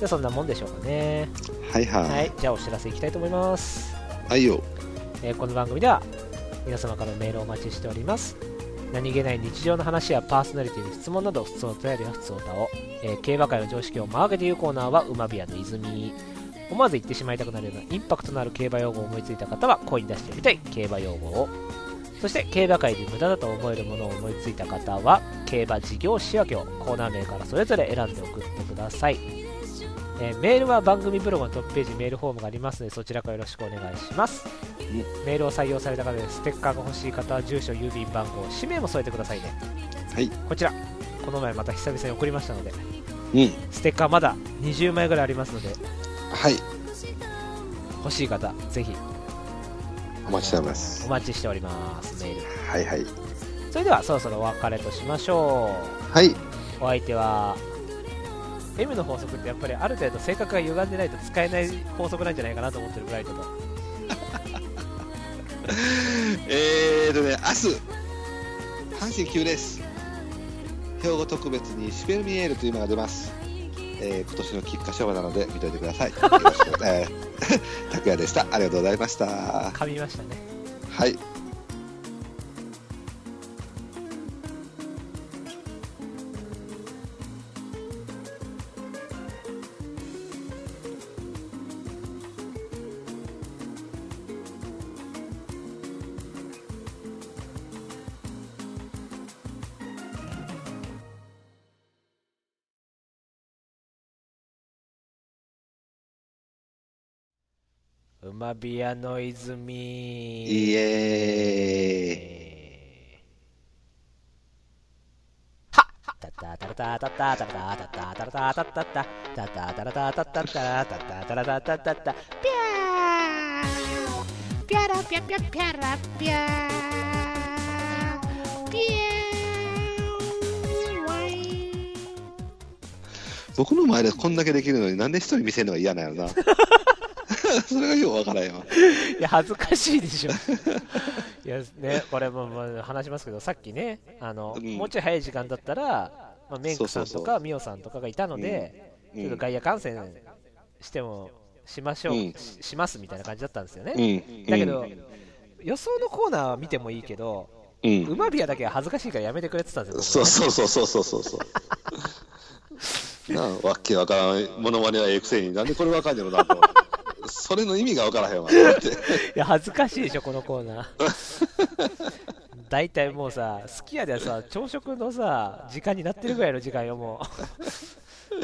ゃあそんなもんでしょうかね
はいはい
はいじゃあお知らせいきたいと思います
はいよ
えーこの番組では皆様からのメールをお待ちしております何気ない日常の話やパーソナリティの質問など普通のお便りや普通歌を、えー競馬界の常識を曲げて言うコーナーは馬部屋の泉思わず言ってしまいたくなるようなインパクトのある競馬用語を思いついた方は声に出してみたい競馬用語をそして競馬界で無駄だと思えるものを思いついた方は競馬事業仕分けをコーナー名からそれぞれ選んで送ってください、えーメールは番組ブログのトップページメールフォームがありますのでそちらからよろしくお願いしますメールを採用された方でステッカーが欲しい方は住所郵便番号氏名も添えてくださいね
はい
こちらこの前また久々に送りましたので
うん
ステッカーまだ20枚ぐらいありますので
はい
欲しい方ぜひ
お待ちしております
お待ちしておりますメール
はいはい
それではそろそろお別れとしましょ
はい、
うお相手は M の法則ってやっぱりある程度性格が歪んでないと使えない法則なんじゃないかなと思ってるブライトと
えーとね、明日、阪神急です。兵庫特別にシュペルミエールというのが出ます。えー今年の菊花賞馬なので見といてください。 よろしくえー拓也でした。ありがとうございました。は
噛みましたね
い。
馬ビアの泉
イエーイ。
Piara, piara, piara, piara, piara, piara.
僕の前でこんだけできるのになんで一人見せるのが嫌なんや ろな。それがようわからんよ。
いや、恥ずかしいでしょ。いや、ね、これも、まあ、話しますけど、さっきね、あの、
うん
もうちょい早い時間だったら、まあ、メンクさん
そ
と
うそうそ
か
う
ミオさんとかがいたので、
うん
ちょっと外野観戦しても、しましょう、
うん
し、しますみたいな感じだったんですよね。
うん。
だけど、予想のコーナーは見てもいいけど、
うん、
馬ビアだけは恥ずかしいからやめてくれって言ったんです
そ
よ、
うそうそうそうそうそうそう。なあ、わっけわからん、ものまねはええくせに、なんでこれわかんねやろなと思って。それの意味がわからへ んわ。だって
いや、恥ずかしいでしょ、このコーナー。 大体もうさ、すき家ではさ、朝食のさ、時間になってるぐらいの時間よ、もう。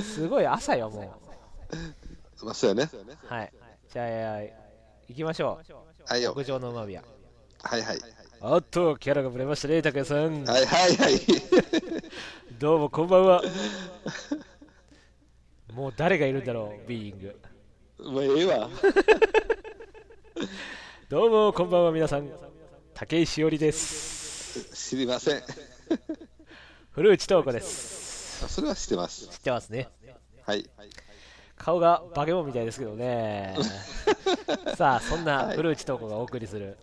すごい朝よ、も
まあ、そうやね。
う。はい。じゃあ、行きましょ
はいよ
う。。極上のうまみや。
はいはい。
あっと、キャラがぶれましたね、拓也さん。
はいはいはい。
どうも、こんばんは。もう誰がいるんだろう、ビーイング。
もうええわ。
どうも、こんばんは、皆さん。武井しおりです。
知りません。
古内東子です。
あそれは知ってます
知。ってますね。
はい。
顔がバケモンみたいですけど ねさあそんな古内東子がお送りする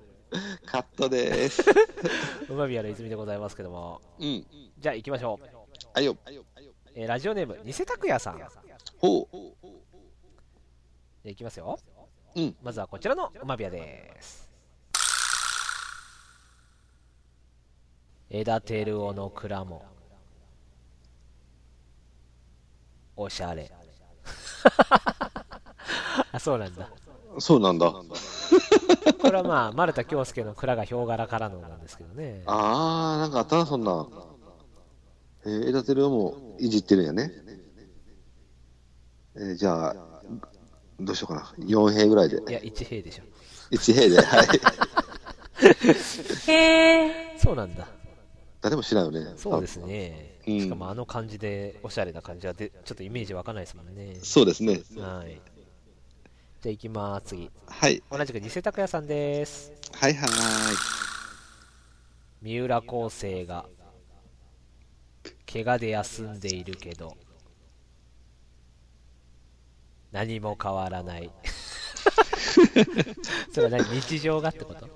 カットです。
「うまみやの泉」でございますけども
うん。
じゃあ行きましょう、
はいよ。
えーラジオネーム偽拓也さん
ほう。
いきますよ、
うん
まずはこちらのマビアです枝照夫の蔵もおしゃれ あそうなんだ
そうなんだ。
これはまあ丸田恭介の蔵がヒョウ柄からのなんですけどね
ああ、なんかあったな、そんな。えー、枝照夫もいじってるんやね。えーじゃあ、どうしようかな。4兵ぐらいで。
いや1兵でしょ
1兵で。はい。
そうなんだ。
誰も知らんよね。
そうですね。
うん
しかもあの感じで、おしゃれな感じはで、ちょっとイメージ湧かないですもんね
あ。そうですね。
はい。じゃあ行きます、次。
はい。
同じく偽拓也さんです。
はいはー
三浦昴生が、怪我で休んでいるけど、何も変わらない。 それは何日常がってこと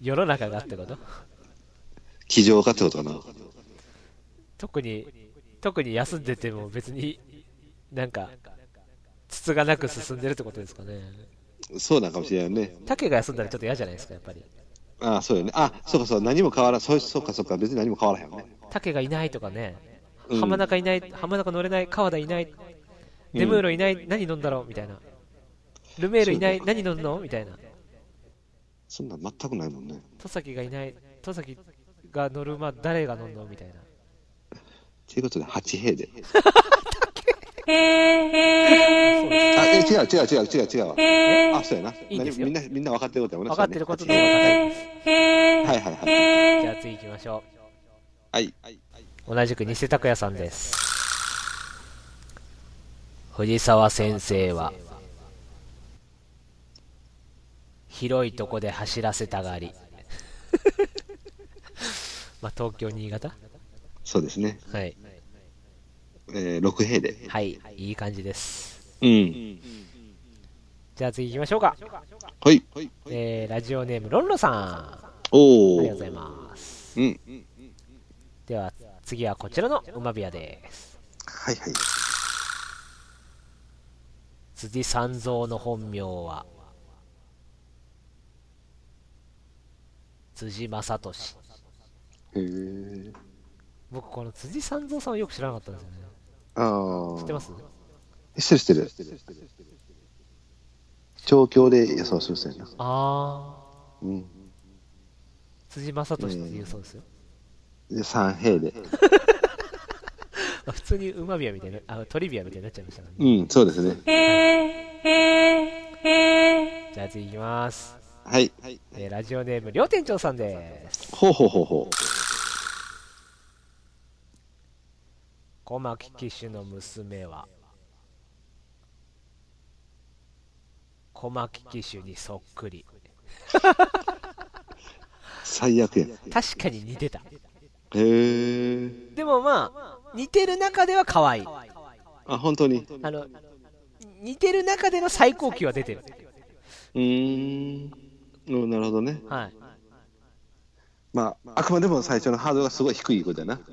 世の中がってこと
い。気丈かってことかな。
特に特に休んでても別になんか筒がなく進んでるってことですかね
そうなんかもしれんよね。
竹が休んだらちょっと嫌じゃないですかやっぱり
ああ、そうよね。あ、そうかそう。何も変わらん。そうそうかそうか。別に何も変わらへんよね。
竹がいないとかね
うん
浜中いない浜中乗れない川田いない
うん
デムーロいない、何飲んだろうみたいなルメールいない
そ
何飲んのみたいな
そんなん全くないもんね。
戸崎がいない戸崎が乗る馬誰が乗んのみたいな
ということで、8兵で。
そうです
あ、え違う違う違う違う違うわ。あ、そうやな。
いいんですよ
みんな、みんな分かってることやもんね。
分かってること
そ
の
う
方
や
が高
ね
いです
はいはいはい。
じゃあ次行きましょう
はい。
同じく偽拓也さんです藤沢先生は広いとこで走らせたがり まあ東京新潟
そうですね。
はい
えー、6兵で。
はいいい感じです
うん。
じゃあ次行きましょうか、
はい。
えーラジオネームロンロさんあ
おー。
りがとうございます
うん。
では次はこちらの馬部屋です
はいはい。
辻三蔵の本名は辻正俊
へえ。
僕この辻三蔵さんをよく知らなかったんですよね
ああ。
知ってます
してるしてる。調教で予想するせんな。
ああ
うん。
辻正俊っていうそうですよ、
で、三平で。
まあ普通に馬ビアみたいなあトリビアみたいになっちゃいましたからね、
うん、そうですね。
じゃあ次いきます、
はい。
えーラジオネーム両店長さんです
ほうほうほうほ
小牧騎手の娘は小牧騎手にそっくり
う。最悪や。
確かに似てた
へえ。
でもまあ似てる中では可愛い
あ、本当に。
あの似てる中での最高級は出てる
うーん。うんなるほどね。
はい
まあ、あくまでも最初のハードルがすごい低いことやな。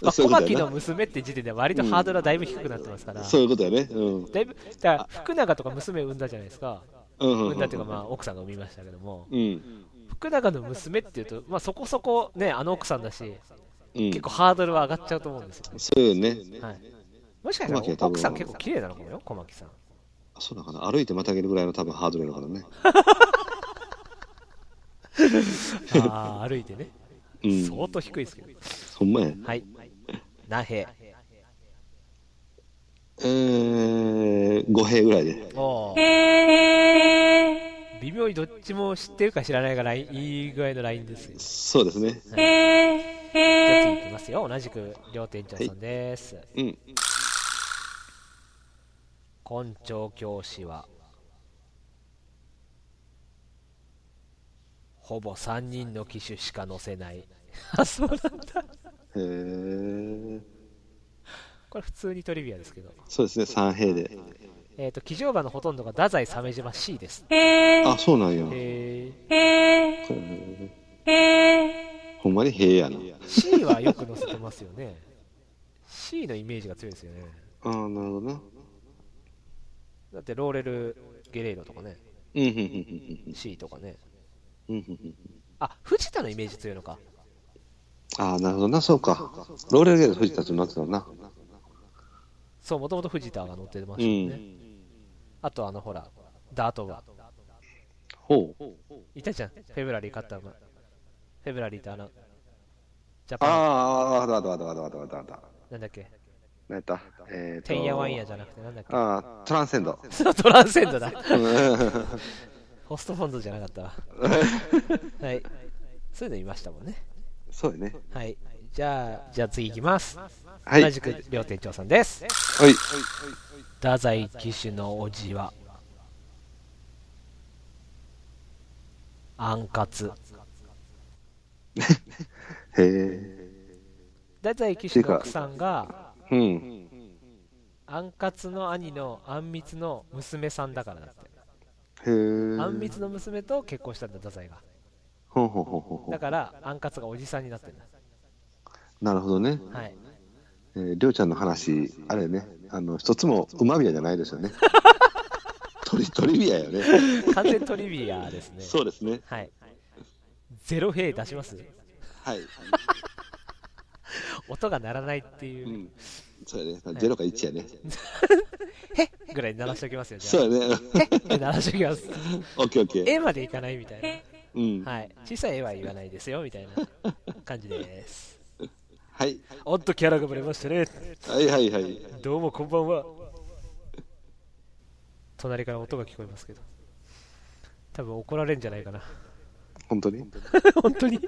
まあ、
そうい
小
うこと
牧
や
の
な
娘って時点で割とハードルはだいぶ低くなってますから、
そういうことやね。うん。
だいぶだから福永とか娘産んだじゃないですか
うんうん
産
うん
だっていうかまあ奥さんが産みましたけども
うん。
福永の娘っていうと、まあ、そこそこねあの奥さんだし
うん。
結構ハードルは上がっちゃうと思うんですよね、
そうよね。
はい、もしかした
小牧は
ら
多分
奥さん結構綺麗なのかもよ小牧 さん
そうだから歩いてまたげるぐらいの多分ハードルだからね。
ああ歩いてね
うん。
相当低いですけど
ほんまや。
はいなへ
えー、5兵ぐらいで。
おお微妙にどっちも知ってるか知らないかラインいい具合のラインですよ
そうですね。
じゃあ次いきますよ同じく両店長さんです、
うん。
根調教師はほぼ3人の機種しか乗せないあそうなんだ
えー、
これ普通にトリビアですけど
そうですね、3兵で。
えっ、と騎乗馬のほとんどが太宰鮫島 C です
あ、そうなんや。
え
ほんまに兵やな。
C はよく乗せてますよね C のイメージが強いですよね
ああ、なるほどな。
だってローレル・ゲレイロとかね
うん、うん、うん、
C とかね
うん。うん、うん。
あ藤田のイメージ強いのか
ああ、なるほどな、そうか。ローレルゲーで藤田となってたな。
そうもともと藤田が乗ってま
う
したよね、
ん。
あとあのほらダートが
ほう。
いたじゃん、フェブラリー勝った馬。フェブラリーってあの、ジャ
あ
パン、
あ、ああ、だだだだだだだだ。
なんだっけ、
何やったえーと
テンヤワンヤじゃなくて、なんだっけ、
ああ、トランセンド。
そうトランセンドだ。
うん
ホストフォンドじゃなか ったわ。はい。そういうのいましたもんね。
そうやね。
はい。じゃあ、じゃあ次行きます。
はい。は
同
い
じ。く両店長さんです。太宰騎手のおじは、アンカツ。
へえ。
太宰騎手の奥さんが、
うん。
アンカツの兄のあんみつの娘さんだからだって。
へえ。
あんみつの娘と結婚したんだ、太宰が。
ほうほうほうほうほ
だから、あんかつがおじさんになってるんだ。
う。なるほどね。
はい。
えーりょうちゃんの話、あれね、あの、一つもうまみやじゃないですよ ね。トリ、トリビアよね。
完全トリビアですね。
そうですね。
はい。ゼロ兵出します
はい。。
音が鳴らないっていううん
そうやね。ゼロか一やね。
ぐらい鳴らしておきますよ、じゃ
そうやね。
あ。で鳴らしておきます。
オッケーオッケー。
絵までいかないみたい
うん。
な。
はい。
はい。小さい絵は言わないですよ、みたい な感じです。
はい
おっと、キャラがぶれましたね。
はいはい。
どうもこんばんは。隣から音が聞こえますけど。多分怒ら れるんじゃないかな。
本当に
本当に